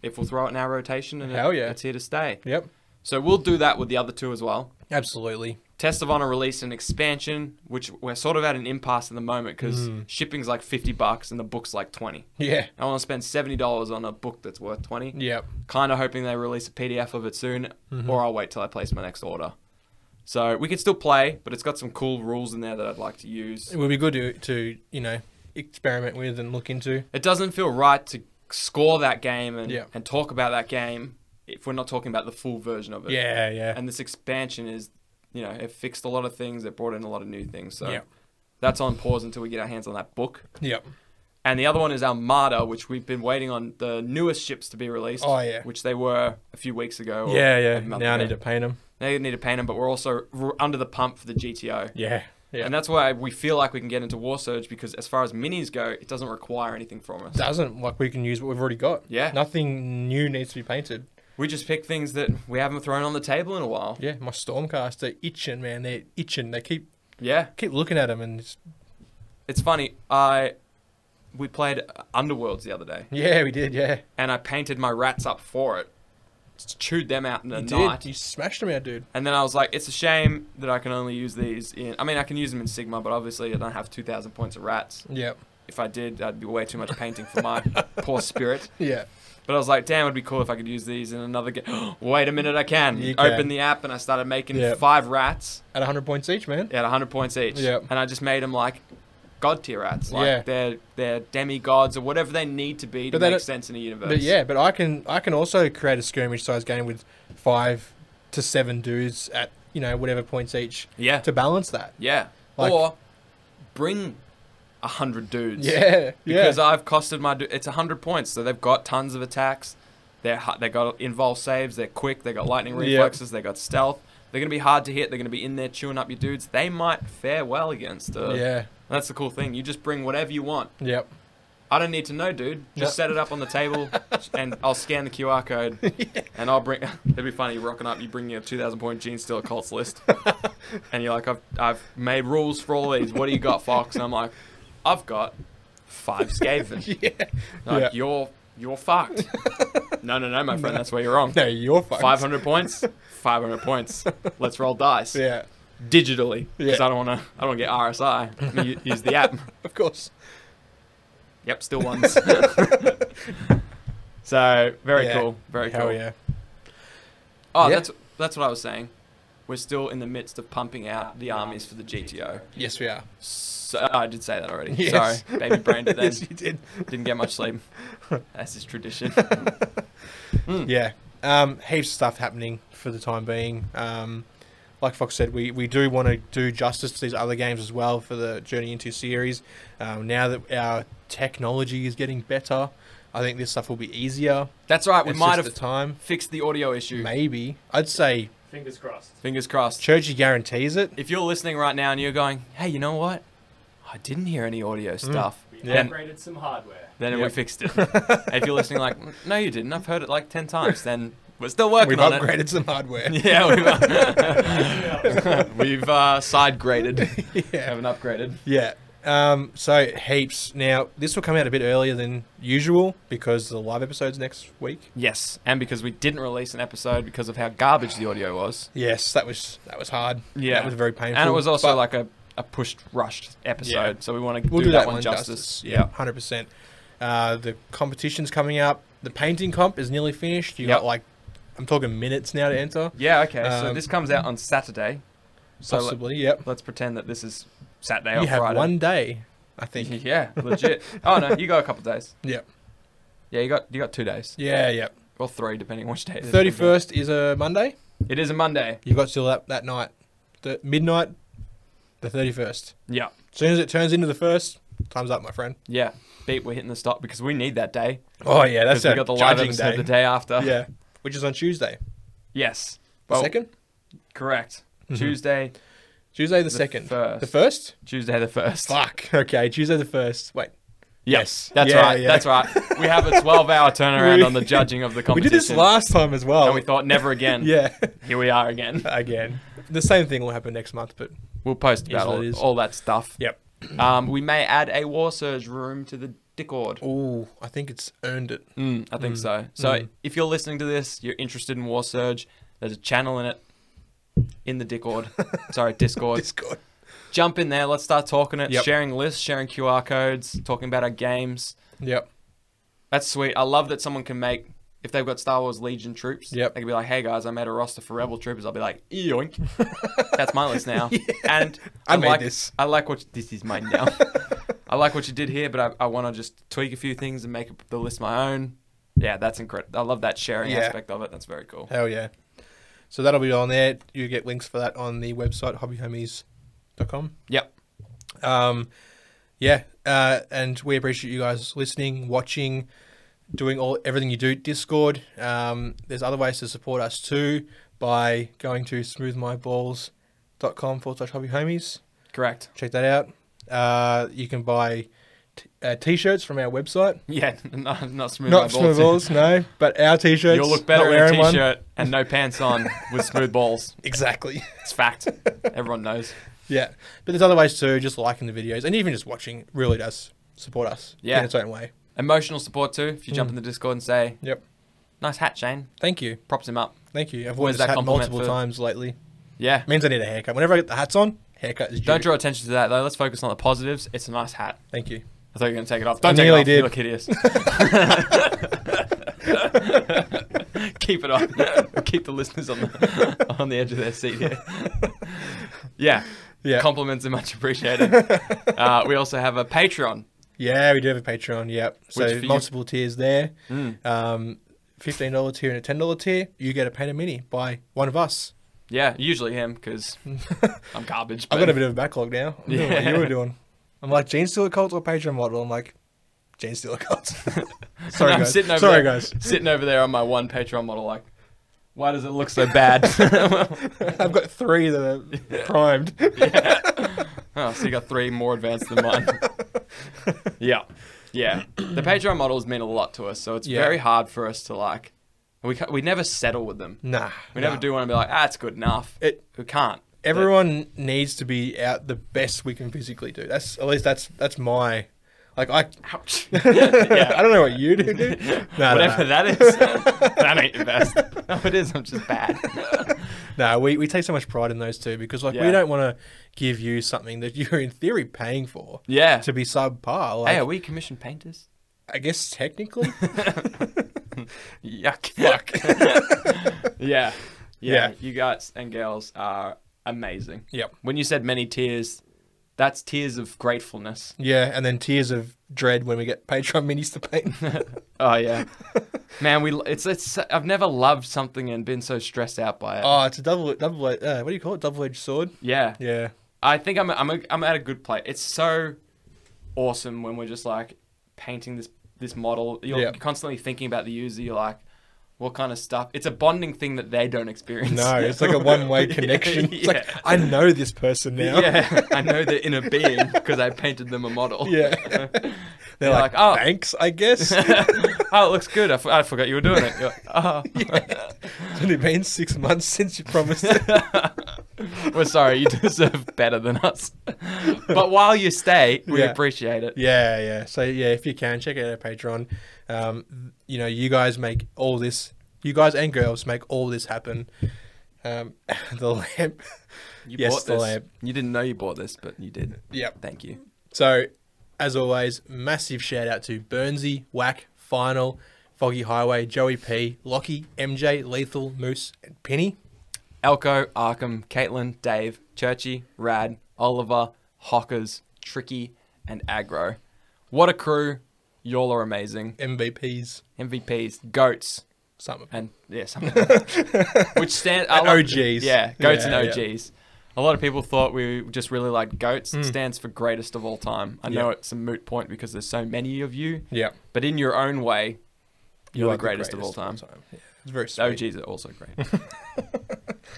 Speaker 1: if we'll throw it in our rotation and it-
Speaker 2: Hell yeah.
Speaker 1: it's here to stay.
Speaker 2: Yep.
Speaker 1: So we'll do that with the other two as well.
Speaker 2: Absolutely.
Speaker 1: Test of Honor release and expansion, which we're sort of at an impasse at the moment because
Speaker 2: Mm.
Speaker 1: shipping's like 50 bucks and the book's like 20.
Speaker 2: Yeah.
Speaker 1: I want to spend $70 on a book that's worth 20.
Speaker 2: Yep.
Speaker 1: Kind of hoping they release a PDF of it soon,
Speaker 2: Mm-hmm.
Speaker 1: or I'll wait till I place my next order. So we can still play, but it's got some cool rules in there that I'd like to use.
Speaker 2: It would be good to to you know experiment with and look into.
Speaker 1: It doesn't feel right to score that game and,
Speaker 2: Yeah.
Speaker 1: and talk about that game if we're not talking about the full version of it.
Speaker 2: Yeah. Yeah.
Speaker 1: and this expansion is you know it fixed a lot of things it brought in a lot of new things so
Speaker 2: Yeah.
Speaker 1: that's on pause until we get our hands on that book
Speaker 2: Yep.
Speaker 1: and the other one is armada which we've been waiting on the newest ships to be released
Speaker 2: Oh, yeah.
Speaker 1: which they were a few weeks ago or
Speaker 2: Yeah.
Speaker 1: a
Speaker 2: Yeah.
Speaker 1: month
Speaker 2: Now I
Speaker 1: ago.
Speaker 2: need to paint them.
Speaker 1: now you need to paint them but we're also r- under the pump for the gto
Speaker 2: Yeah. Yeah.
Speaker 1: and that's why we feel like we can get into war surge because as far as minis go it doesn't require anything from us
Speaker 2: doesn't like we can use what we've already got.
Speaker 1: Yeah.
Speaker 2: Nothing new needs to be painted.
Speaker 1: we just pick things that we haven't thrown on the table in a while
Speaker 2: Yeah. My stormcaster itching, man. They're itching. They keep
Speaker 1: yeah.
Speaker 2: keep looking at them and just,
Speaker 1: it's funny i we played underworlds the other day
Speaker 2: yeah, we did. Yeah.
Speaker 1: and I painted my rats up for it. Just chewed them out in a
Speaker 2: You
Speaker 1: night.
Speaker 2: did. You smashed them out, dude.
Speaker 1: And then I was like, it's a shame that I can only use these in. I mean, I can use them in Sigma, but obviously I don't have 2,000 points of rats.
Speaker 2: Yep.
Speaker 1: If I did, that'd be way too much painting for my poor spirit.
Speaker 2: Yeah.
Speaker 1: But I was like, damn, it'd be cool if I could use these in another game. Wait a minute, I can.
Speaker 2: You can.
Speaker 1: Open the app, and I started making
Speaker 2: Yep.
Speaker 1: five rats
Speaker 2: At 100 points each, man.
Speaker 1: at 100 points each.
Speaker 2: Yep.
Speaker 1: And I just made them like god tier rats. Like
Speaker 2: Yeah.
Speaker 1: they're, they're demigods or whatever they need to be to
Speaker 2: But they
Speaker 1: make
Speaker 2: don't-
Speaker 1: sense in a universe.
Speaker 2: But yeah, but I can I can also create a skirmish size game with five to seven dudes at you know whatever points each
Speaker 1: Yeah.
Speaker 2: to balance that.
Speaker 1: Yeah.
Speaker 2: Like-
Speaker 1: or bring a hundred dudes.
Speaker 2: Yeah,
Speaker 1: because I've costed my. du- It's hundred points, so they've got tons of attacks. They're hu- they got involved saves. They're quick. They got lightning
Speaker 2: Yep.
Speaker 1: reflexes. They got stealth. They're gonna be hard to hit. They're gonna be in there chewing up your dudes. They might fare well against. Uh,
Speaker 2: yeah,
Speaker 1: that's the cool thing. You just bring whatever you want.
Speaker 2: yep.
Speaker 1: I don't need to know, dude. Just
Speaker 2: Yep.
Speaker 1: set it up on the table, and I'll scan the QR code, and I'll bring. It'd be funny you rocking up. You bring your two thousand point Gene Steeler Colts list, and you're like, I've I've made rules for all these. What do you got, Fox? And I'm like, I've got five Skaven.
Speaker 2: Yeah.
Speaker 1: Like
Speaker 2: Yeah.
Speaker 1: you're you're fucked. no, no, no, my friend. That's where you're wrong.
Speaker 2: No, you're fucked.
Speaker 1: Five hundred points. Five hundred points. Let's roll dice
Speaker 2: Yeah,
Speaker 1: digitally because
Speaker 2: Yeah.
Speaker 1: I don't want to. I don't want to get RSI. Let me u- Use the app.
Speaker 2: of course.
Speaker 1: Yep, still ones. so very
Speaker 2: Yeah.
Speaker 1: cool, very
Speaker 2: Hell
Speaker 1: cool.
Speaker 2: yeah.
Speaker 1: Oh,
Speaker 2: Yeah.
Speaker 1: that's that's what I was saying. We're still in the midst of pumping out the armies for the GTO.
Speaker 2: Yes, we are.
Speaker 1: So, oh, I did say that already.
Speaker 2: Yes.
Speaker 1: Sorry, baby brained it then.
Speaker 2: yes, you did.
Speaker 1: Didn't get much sleep. That's his tradition.
Speaker 2: Yeah. Um, heaps of stuff happening for the time being. Um, like Fox said, we, we do want to do justice to these other games as well for the Journey Into series. Um, now that our technology is getting better, I think this stuff will be easier.
Speaker 1: That's right. We
Speaker 2: It's
Speaker 1: might
Speaker 2: just
Speaker 1: have
Speaker 2: the time.
Speaker 1: fixed the audio issue.
Speaker 2: Maybe. I'd say
Speaker 3: Fingers crossed.
Speaker 1: Fingers crossed.
Speaker 2: Churchy guarantees it.
Speaker 1: If you're listening right now and you're going, "Hey, you know what? I didn't hear any audio stuff,"
Speaker 3: We
Speaker 1: then
Speaker 3: upgraded some hardware.
Speaker 1: then we
Speaker 2: Mm. Yep.
Speaker 1: fixed it. if you're listening, like, "No, you didn't. I've heard it like ten times," then we're still working
Speaker 2: We've
Speaker 1: on it.
Speaker 2: upgraded some hardware.
Speaker 1: Yeah, we've, we've uh, side graded.
Speaker 2: yeah.
Speaker 1: Haven't upgraded.
Speaker 2: Yeah. Um, so heaps. Now this will come out a bit earlier than usual because the live episode's next week.
Speaker 1: Yes, and because we didn't release an episode because of how garbage the audio was,
Speaker 2: Yes, that was that was hard.
Speaker 1: Yeah.
Speaker 2: that was very painful.
Speaker 1: and it was also
Speaker 2: but
Speaker 1: like a, a pushed, rushed episode.
Speaker 2: Yeah.
Speaker 1: So we want to
Speaker 2: we'll
Speaker 1: do, that, one justice.
Speaker 2: Yeah, hundred percent. Uh, the competition's coming up. The painting comp is nearly finished. You
Speaker 1: Yep.
Speaker 2: got like, I'm talking minutes now to enter.
Speaker 1: Yeah. Okay. so
Speaker 2: Um,
Speaker 1: this comes out on Saturday. So let,
Speaker 2: Possibly. yep.
Speaker 1: us pretend that this is Saturday or
Speaker 2: You have
Speaker 1: Friday.
Speaker 2: one day. I think.
Speaker 1: yeah. Legit. Oh no, you got a couple days.
Speaker 2: Yep.
Speaker 1: Yeah, you got you got two days
Speaker 2: Yeah. Yep.
Speaker 1: or three, depending which day. it is.
Speaker 2: Thirty first is a Monday.
Speaker 1: It is a Monday.
Speaker 2: You got till that that night, the midnight, the thirty first.
Speaker 1: Yeah.
Speaker 2: As soon as it turns into the first, time's up, my friend.
Speaker 1: Yeah. Beat. We're hitting the stop because we need that day.
Speaker 2: Oh yeah, that's
Speaker 1: Because we got the live episode the day after.
Speaker 2: yeah, which is on Tuesday,
Speaker 1: Yes.
Speaker 2: the second. Mm-hmm.
Speaker 1: Correct. Tuesday,
Speaker 2: Tuesday the, second.
Speaker 1: first.
Speaker 2: The first.
Speaker 1: Tuesday the first.
Speaker 2: Fuck. Okay, Tuesday the first. Wait,
Speaker 1: Yes, that's
Speaker 2: Yeah,
Speaker 1: right.
Speaker 2: yeah.
Speaker 1: That's right. We have a 12-hour turnaround
Speaker 2: We-
Speaker 1: on the judging of the
Speaker 2: we
Speaker 1: competition.
Speaker 2: did this last time as well.
Speaker 1: and we thought never again.
Speaker 2: yeah,
Speaker 1: Here we are again.
Speaker 2: again. The same thing will happen next month, but
Speaker 1: We'll post
Speaker 2: Is
Speaker 1: about
Speaker 2: what it
Speaker 1: all,
Speaker 2: is.
Speaker 1: all that stuff.
Speaker 2: yep.
Speaker 1: Um, we may add a war surge room to the Discord.
Speaker 2: Ooh, I think it's earned it.
Speaker 1: Mm, I think so. So
Speaker 2: mm.
Speaker 1: if you're listening to this, you're interested in war surge. There's a channel in it. In the Discord, sorry, Discord.
Speaker 2: Discord.
Speaker 1: Jump in there. Let's start talking it.
Speaker 2: Yep.
Speaker 1: Sharing lists, sharing QR codes, talking about our games.
Speaker 2: Yep.
Speaker 1: That's sweet. I love that someone can make if they've got Star Wars Legion troops.
Speaker 2: Yep.
Speaker 1: They can be like, "Hey guys, I made a roster for Rebel troopers." I'll be like, "Yoink!" That's my list now. And
Speaker 2: I made
Speaker 1: like,
Speaker 2: this.
Speaker 1: I like what this is mine now. I like what you did here, but I, I want to just tweak a few things and make the list my own. Yeah, that's incredible. I love that sharing
Speaker 2: Yeah.
Speaker 1: aspect of it. That's very cool.
Speaker 2: Hell yeah. So that'll be on there. You get links for that on the website hobbyhomies.com.
Speaker 1: Yep.
Speaker 2: um, yeah, uh, and we appreciate you guys listening, watching, doing all everything you do. Discord. Um, there's other ways to support us too by going to smoothmyballs.com forward slash hobby homies.
Speaker 1: Correct.
Speaker 2: Check that out. Uh, you can buy t- uh, t-shirts from our website.
Speaker 1: Yeah. Not, not smooth.
Speaker 2: Not
Speaker 1: my balls.
Speaker 2: smooth balls, no, but our t-shirts.
Speaker 1: You'll look
Speaker 2: not
Speaker 1: better in
Speaker 2: wearing
Speaker 1: a
Speaker 2: one.
Speaker 1: t-shirt and no pants on with smooth balls.
Speaker 2: Exactly.
Speaker 1: It's fact. Everyone knows.
Speaker 2: yeah, but there's other ways too. Just liking the videos and even just watching really does support us.
Speaker 1: Yeah.
Speaker 2: in its own way.
Speaker 1: Emotional support too. If you jump
Speaker 2: Mm.
Speaker 1: in the Discord and say,
Speaker 2: Yep.
Speaker 1: "Nice hat, Shane,"
Speaker 2: Thank you.
Speaker 1: props him up.
Speaker 2: Thank you. I've worn
Speaker 1: Where's
Speaker 2: this
Speaker 1: that
Speaker 2: hat
Speaker 1: compliment
Speaker 2: multiple
Speaker 1: for?
Speaker 2: times lately.
Speaker 1: Yeah.
Speaker 2: means I need a haircut. Whenever I get the hats on, haircut is due.
Speaker 1: Don't draw attention to that though. Let's focus on the positives. It's a nice hat.
Speaker 2: Thank you.
Speaker 1: I thought you were going to take it off. Don't take it
Speaker 2: nearly
Speaker 1: off. You
Speaker 2: did.
Speaker 1: look hideous. Keep it on. Keep the listeners on the, on the edge of their seat here. yeah.
Speaker 2: Yeah.
Speaker 1: Compliments are much appreciated. Uh, we also have a Patreon.
Speaker 2: yeah, we do have a Patreon. Yep.
Speaker 1: Which
Speaker 2: So
Speaker 1: for you-
Speaker 2: multiple tiers there.
Speaker 1: Mm.
Speaker 2: Um, fifteen dollar tier and a ten dollar tier. You get a painted mini by one of us.
Speaker 1: Yeah, usually him because I'm garbage.
Speaker 2: I've
Speaker 1: but-
Speaker 2: got a bit of a backlog now. I'm doing what
Speaker 1: Yeah.
Speaker 2: you were doing. I'm like, Gene Steeler cult or Patreon model? I'm like, Gene Steeler cult. Sorry,
Speaker 1: I'm
Speaker 2: guys.
Speaker 1: sitting over
Speaker 2: Sorry,
Speaker 1: there,
Speaker 2: guys.
Speaker 1: Sitting over there on my one Patreon model, like, why does it look so bad?
Speaker 2: I've got three that are primed.
Speaker 1: oh, so you got three more advanced than mine. yeah, yeah. The Patreon models mean a lot to us, so it's
Speaker 2: Yeah.
Speaker 1: very hard for us to like. We ca- we never settle with them.
Speaker 2: nah.
Speaker 1: We
Speaker 2: Mm. nah.
Speaker 1: never do want to be like, ah, it's good enough.
Speaker 2: It-
Speaker 1: we can't.
Speaker 2: Everyone needs to be out the best we can physically do. That's at least that's that's my like I
Speaker 1: Ouch.
Speaker 2: I don't know what you do, dude. No, no,
Speaker 1: Whatever
Speaker 2: no.
Speaker 1: that is, that ain't the best. No, it is. I'm just bad.
Speaker 2: No, we, we take so much pride in those two because like
Speaker 1: Yeah.
Speaker 2: we don't want to give you something that you're in theory paying for
Speaker 1: yeah.
Speaker 2: to be subpar. Like
Speaker 1: hey, are we commissioned painters?
Speaker 2: I guess technically,
Speaker 1: Yuck.
Speaker 2: fuck.
Speaker 1: yeah. yeah.
Speaker 2: Yeah.
Speaker 1: You guys and girls are amazing.
Speaker 2: yep.
Speaker 1: When you said many tears, that's tears of gratefulness.
Speaker 2: Yeah, and then tears of dread when we get Patreon minis to paint.
Speaker 1: Oh yeah. Man, we it's it's I've never loved something and been so stressed out by it.
Speaker 2: oh, it's a double double uh, what do you call it? Double edged sword.
Speaker 1: yeah.
Speaker 2: Yeah.
Speaker 1: I think I'm I'm a, I'm at a good place. It's so awesome when we're just like painting this this model. You're
Speaker 2: Yeah.
Speaker 1: constantly thinking about the user. You're like, what kind of stuff? It's a bonding thing that they don't experience.
Speaker 2: No, it's like a one way connection. It's like
Speaker 1: yeah.
Speaker 2: I know this person now.
Speaker 1: yeah, I know their inner being because I painted them a model.
Speaker 2: Yeah. They're
Speaker 1: You're
Speaker 2: like,
Speaker 1: like, oh.
Speaker 2: thanks, I guess.
Speaker 1: oh, it looks good. I, f- I forgot you were doing it. You're like, oh,
Speaker 2: it's only been six months since you promised it.
Speaker 1: we're sorry. You deserve better than us. But while you stay, we
Speaker 2: Yeah.
Speaker 1: appreciate it.
Speaker 2: yeah, yeah. So yeah, if you can check out our Patreon, um, you know, you guys make all this. You guys and girls make all this happen. Um, the lamp.
Speaker 1: You
Speaker 2: Yes,
Speaker 1: bought
Speaker 2: the
Speaker 1: this.
Speaker 2: lamp.
Speaker 1: You didn't know you bought this, but you did.
Speaker 2: Yep.
Speaker 1: Thank you.
Speaker 2: So, as always, massive shout out to Burnsy, Whack, Final, Foggy Highway, Joey P, Lockie, MJ, Lethal, Moose, and Penny.
Speaker 1: Elko, Arkham, Caitlin, Dave, Churchy, Rad, Oliver, Hockers, Tricky, and Aggro. What a crew. Y'all are amazing.
Speaker 2: MVPs,
Speaker 1: MVPs, goats,
Speaker 2: some of them.
Speaker 1: and yeah, something like that. which stand I
Speaker 2: And
Speaker 1: love-
Speaker 2: OGs.
Speaker 1: Yeah, goats
Speaker 2: Yeah,
Speaker 1: and
Speaker 2: yeah. Hmm.
Speaker 1: OGs. A lot of people thought we just really liked goats. It stands for greatest of all time. I know
Speaker 2: Yeah.
Speaker 1: it's a moot point because there's so many of you,
Speaker 2: Yeah.
Speaker 1: but in your own way, you're,
Speaker 2: Like
Speaker 1: the, greatest of all time.
Speaker 2: Yeah. It's very sweet.
Speaker 1: OGs are also great.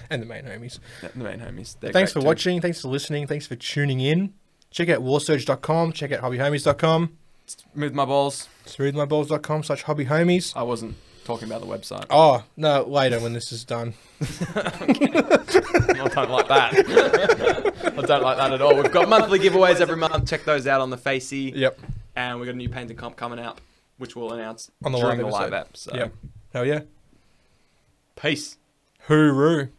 Speaker 2: And the main homies.
Speaker 1: the main homies. They're
Speaker 2: Thanks for
Speaker 1: great too.
Speaker 2: watching. Thanks for listening. Thanks for tuning in. Check out warsurge.com. Check out hobbyhomies.com.
Speaker 1: Smooth my balls.
Speaker 2: Smoothmyballs.com slash hobbyhomies.
Speaker 1: I wasn't talking about the website.
Speaker 2: Oh, no, later when this is done.
Speaker 1: I don't like that. I don't like that at all. We've got monthly giveaways every month. Check those out on the Facey.
Speaker 2: Yep.
Speaker 1: And we've got a new painting comp coming out, which we'll announce
Speaker 2: On the
Speaker 1: during
Speaker 2: live
Speaker 1: the live
Speaker 2: episode.
Speaker 1: app. So
Speaker 2: Yep. Hell yeah.
Speaker 1: peace.
Speaker 2: Hooroo.